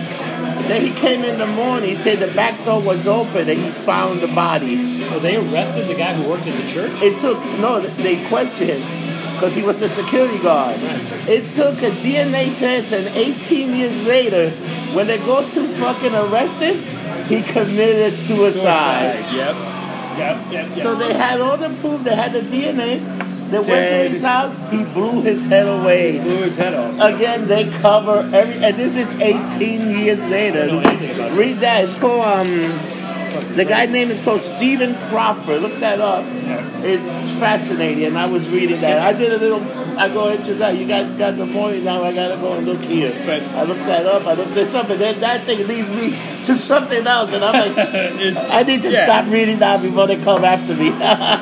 Speaker 1: Then he came in the morning. He said the back door was open and he found the body.
Speaker 2: Oh, they arrested the guy who worked at the church?
Speaker 1: It took no. They questioned him because he was a security guard. It took a DNA test, and 18 years later, when they go to fucking arrest him, he committed suicide.
Speaker 3: Yep. Yep. Yep. yep.
Speaker 1: So they had all the proof. They had the DNA. They went to
Speaker 3: Dead.
Speaker 1: his house. He blew his head away.
Speaker 3: blew his head off.
Speaker 1: Again, they cover every. And this is 18 years later.
Speaker 2: know anything about
Speaker 1: Read
Speaker 2: this.
Speaker 1: that. It's called. Um, the guy's name is called Stephen Crawford. Look that up. It's fascinating. I was reading that. I did a little. I go into that. You guys got the morning now. I gotta go and look here.
Speaker 3: Right.
Speaker 1: I looked that up. I looked this up, and then that thing leads me to something else. And I'm like, I need to
Speaker 3: Yeah.
Speaker 1: stop reading that before they come after me.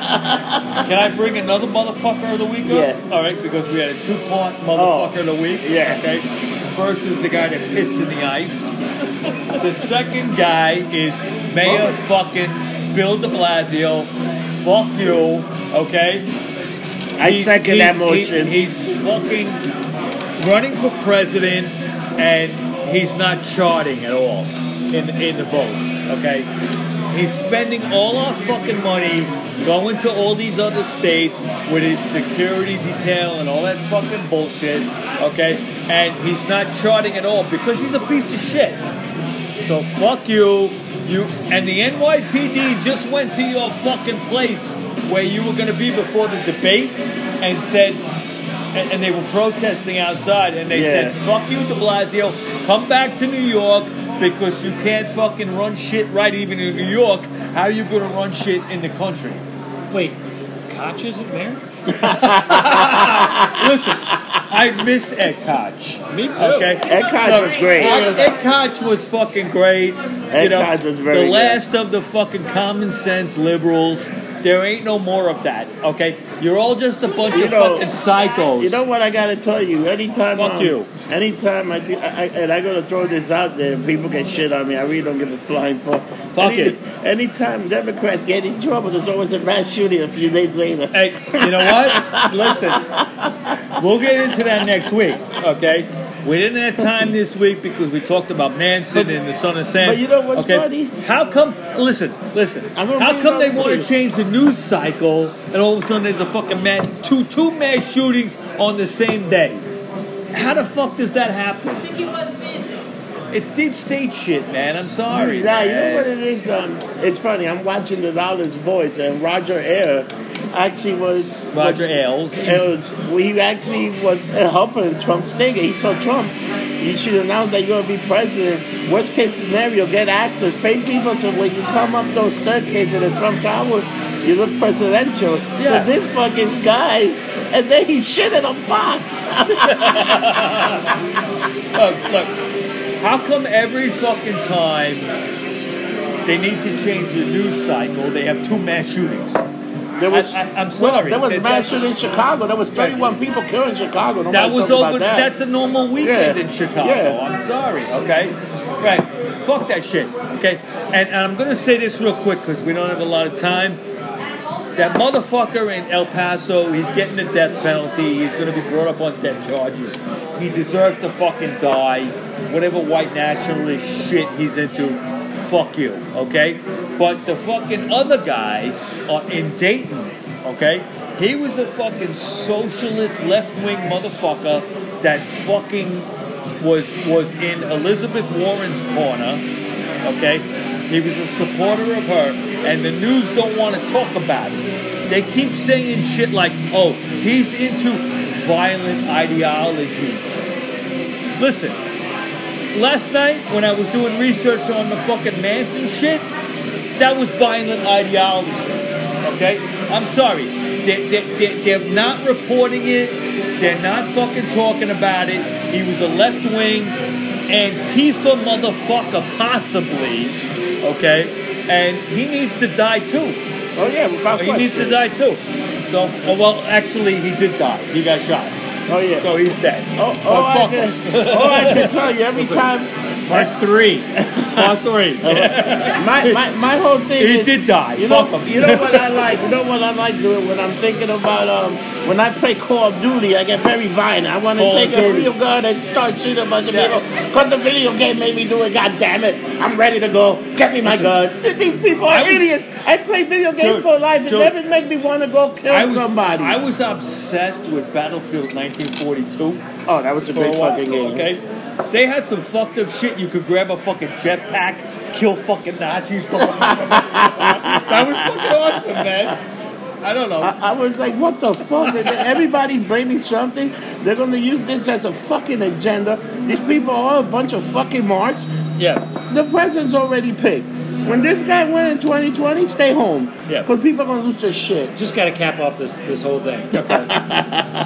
Speaker 3: Can I bring another motherfucker of the week up?
Speaker 1: Yeah.
Speaker 3: All right, because we had a two-part motherfucker of the week.
Speaker 1: yeah.
Speaker 3: Okay. First is the guy that pissed in the ice. the second guy is Mayor fucking Bill De Blasio. Fuck you. Okay.
Speaker 1: I second that
Speaker 3: he's-
Speaker 1: motion.
Speaker 3: he's fucking running for president, and he's not charting at all in in the votes. Okay, he's spending all our fucking money going to all these other states with his security detail and all that fucking bullshit. Okay, and he's not charting at all because he's a piece of shit. So fuck you. You and the NYPD just went to your fucking place where you were going to be before the debate and said, and, and they were protesting outside, and they
Speaker 1: Yeah.
Speaker 3: said, "Fuck you, De Blasio. Come back to New York because you can't fucking run shit right even in New York. How are you going to run shit in the country?"
Speaker 2: Wait, Koch isn't there?
Speaker 3: Listen, I miss Ed Koch.
Speaker 2: Me too.
Speaker 3: Okay,
Speaker 1: Ed Koch
Speaker 3: Look,
Speaker 1: was great.
Speaker 3: Ed, Ed Koch was fucking great.
Speaker 1: Ed Koch was very
Speaker 3: the
Speaker 1: good.
Speaker 3: last of the fucking common sense liberals. There ain't no more of that. Okay, you're all just a bunch
Speaker 1: You
Speaker 3: of
Speaker 1: know-
Speaker 3: fucking psychos.
Speaker 1: You know what I gotta tell you? Anytime,
Speaker 3: Fuck
Speaker 1: um,
Speaker 3: you.
Speaker 1: Anytime I, do- I, I and I gotta throw this out there, people can shit on me. I really don't give a flying fuck.
Speaker 3: Fuck it.
Speaker 1: Anytime Democrats get in trouble, there's always a mass shooting a few days later.
Speaker 3: Hey, you know what? Listen, we'll get into that next week. Okay. We didn't have time this week because we talked about Manson and the Son of Sam.
Speaker 1: But you know what's
Speaker 3: okay?
Speaker 1: funny?
Speaker 3: How come? Listen, listen.
Speaker 1: I don't
Speaker 3: How
Speaker 1: really
Speaker 3: come they
Speaker 1: know
Speaker 3: want
Speaker 1: who.
Speaker 3: to change the news cycle and all of a sudden there's a fucking mad two two mass shootings on the same day? How the fuck does that happen?
Speaker 4: think he was busy.
Speaker 3: It's deep state shit, man. I'm sorry.
Speaker 1: Nah, you know
Speaker 3: man.
Speaker 1: what it is? Um, it's funny. I'm watching The Dollars Voice, and Roger Air actually was was-
Speaker 3: Roger Ailes.
Speaker 1: Ailes. well, he actually was helping Trump's thing. He told Trump, "You should announce that you're gonna be president. Worst case scenario, get actors, pay people, so when you come up those staircases in the Trump Tower, you look presidential."
Speaker 3: Yeah.
Speaker 1: So this fucking guy, and then he shitted on Fox.
Speaker 3: Look, look. How come every fucking time they need to change the news cycle, they have two mass shootings?
Speaker 1: There was,
Speaker 3: I- I- I'm
Speaker 1: well,
Speaker 3: sorry.
Speaker 1: there was
Speaker 3: That-
Speaker 1: mass shooting in Chicago. There was 31 people killed in Chicago. Nobody
Speaker 3: that was
Speaker 1: talked about
Speaker 3: over.
Speaker 1: that.
Speaker 3: That's a normal weekend
Speaker 1: Yeah.
Speaker 3: in Chicago.
Speaker 1: Yeah.
Speaker 3: I'm sorry. Okay, right. Fuck that shit. Okay, and, and I'm gonna say this real quick because we don't have a lot of time. That motherfucker in El Paso, he's getting the death penalty. He's going to be brought up on death charges. He deserves to fucking die. Whatever white nationalist shit he's into, fuck you, okay? But the fucking other guy uh, in Dayton, okay? He was a fucking socialist left wing motherfucker that fucking was was in Elizabeth Warren's corner okay? He was a supporter of her, and the news don't want to talk about it. They keep saying shit like, oh, he's into violent ideologies. Listen, last night when I was doing research on the fucking Manson shit, that was violent ideology, okay? I'm sorry. They, they, they, they're not reporting it. They're not fucking talking about it. He was a left wing Antifa motherfucker, possibly, okay? And he needs to die too.
Speaker 1: oh yeah, without
Speaker 3: He needs to
Speaker 1: question.
Speaker 3: die too. So, oh, well, actually, he did die. He got shot.
Speaker 1: Oh yeah.
Speaker 3: So he's dead.
Speaker 1: Oh,
Speaker 3: But
Speaker 1: oh, I
Speaker 3: fuck
Speaker 1: can,
Speaker 3: him.
Speaker 1: oh, I can tell you every time.
Speaker 2: Part three. Part three.
Speaker 1: My, my, my whole thing
Speaker 3: He
Speaker 1: is.
Speaker 3: did die.
Speaker 1: You
Speaker 3: Fuck
Speaker 1: know,
Speaker 3: him.
Speaker 1: you know what I like. You know what I like doing when I'm thinking about um when I play Call of Duty, I get very violent. I want to
Speaker 3: Call of
Speaker 1: take a
Speaker 3: Duty.
Speaker 1: real gun and start shooting a bunch of people. But the video game made me do it. God damn it! I'm ready to go. Get me my gun. These people are
Speaker 3: I was-
Speaker 1: idiots. I play video games
Speaker 3: Dude,
Speaker 1: for life. It
Speaker 3: dude.
Speaker 1: never make me want to go kill
Speaker 3: I was,
Speaker 1: somebody.
Speaker 3: I was obsessed with Battlefield 1942.
Speaker 1: oh, that was a
Speaker 3: for a
Speaker 1: big
Speaker 3: while,
Speaker 1: fucking game.
Speaker 3: Okay, they had some fucked up shit. You could grab a fucking jetpack, kill fucking Nazis. From that was fucking awesome, man. I don't know.
Speaker 1: I, I was like, what the fuck? And then Everybody's blaming something. They're going to use this as a fucking agenda. These people are a bunch of fucking marks.
Speaker 3: Yeah,
Speaker 1: The president's already picked. When this guy went in 2020, stay home.
Speaker 3: Yeah.
Speaker 1: Because people are going to lose their shit.
Speaker 2: Just got to cap off this this whole thing.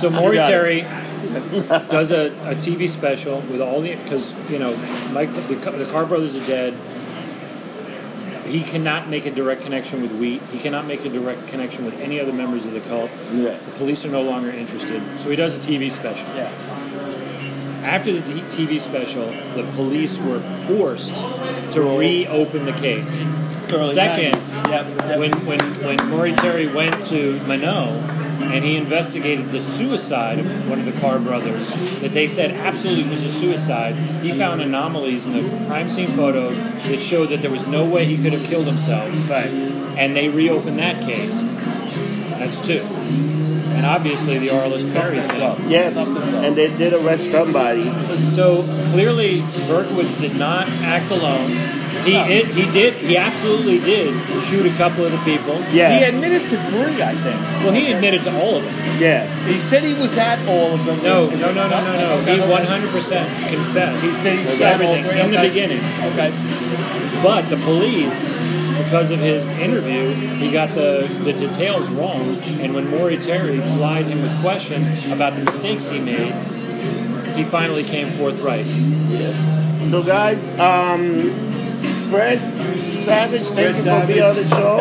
Speaker 2: so Maury Terry does a, a TV special with all the because you know Mike the, Ca- the Carr brothers are dead. He cannot make a direct connection with Wheat. He cannot make a direct connection with any other members of the cult.
Speaker 1: Yeah.
Speaker 2: The police are no longer interested. So he does a TV special.
Speaker 3: Yeah.
Speaker 2: After the D- TV special, the police were forced to reopen the case.
Speaker 3: Early
Speaker 2: Second,
Speaker 3: 90s. Yep, yep.
Speaker 2: when when when Murray Terry went to Minot and he investigated the suicide of one of the Carr brothers that they said absolutely was a suicide, he found anomalies in the crime scene photos that showed that there was no way he could have killed himself. Right. And they reopened that case. That's two. And obviously the Arliss Perry thing.
Speaker 1: Yeah.
Speaker 3: Something's up.
Speaker 1: And they did arrest somebody.
Speaker 2: So clearly, Berkowitz did not act alone. He did. He did. He absolutely did shoot a couple of the people.
Speaker 1: Yeah.
Speaker 3: He admitted to three, I think.
Speaker 2: Well, he admitted to all of them.
Speaker 1: Yeah.
Speaker 3: He said he was at all of them.
Speaker 2: No, no, no, no, no, no.
Speaker 3: Okay,
Speaker 2: He
Speaker 3: okay.
Speaker 2: 100% confessed.
Speaker 3: He said he was
Speaker 2: to
Speaker 3: at all
Speaker 2: everything
Speaker 3: three,
Speaker 2: in the
Speaker 3: okay.
Speaker 2: beginning.
Speaker 3: Okay.
Speaker 2: But the police, because of his interview, he got the, the details wrong. And when Maury Terry plied him with questions about the mistakes he made, he finally came forth right.
Speaker 1: So guys, um, Fred Savage, thank
Speaker 3: Fred
Speaker 1: you for being on the show.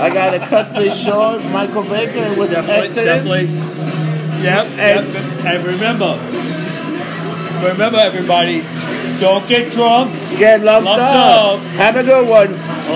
Speaker 1: I gotta cut this short. Michael Baker it was
Speaker 3: Definitely.
Speaker 1: excellent.
Speaker 3: definitely. Yep. And, and remember, remember everybody, don't get drunk.
Speaker 1: Get lumped,
Speaker 3: Lumped
Speaker 1: up.
Speaker 3: up.
Speaker 1: Have a good one.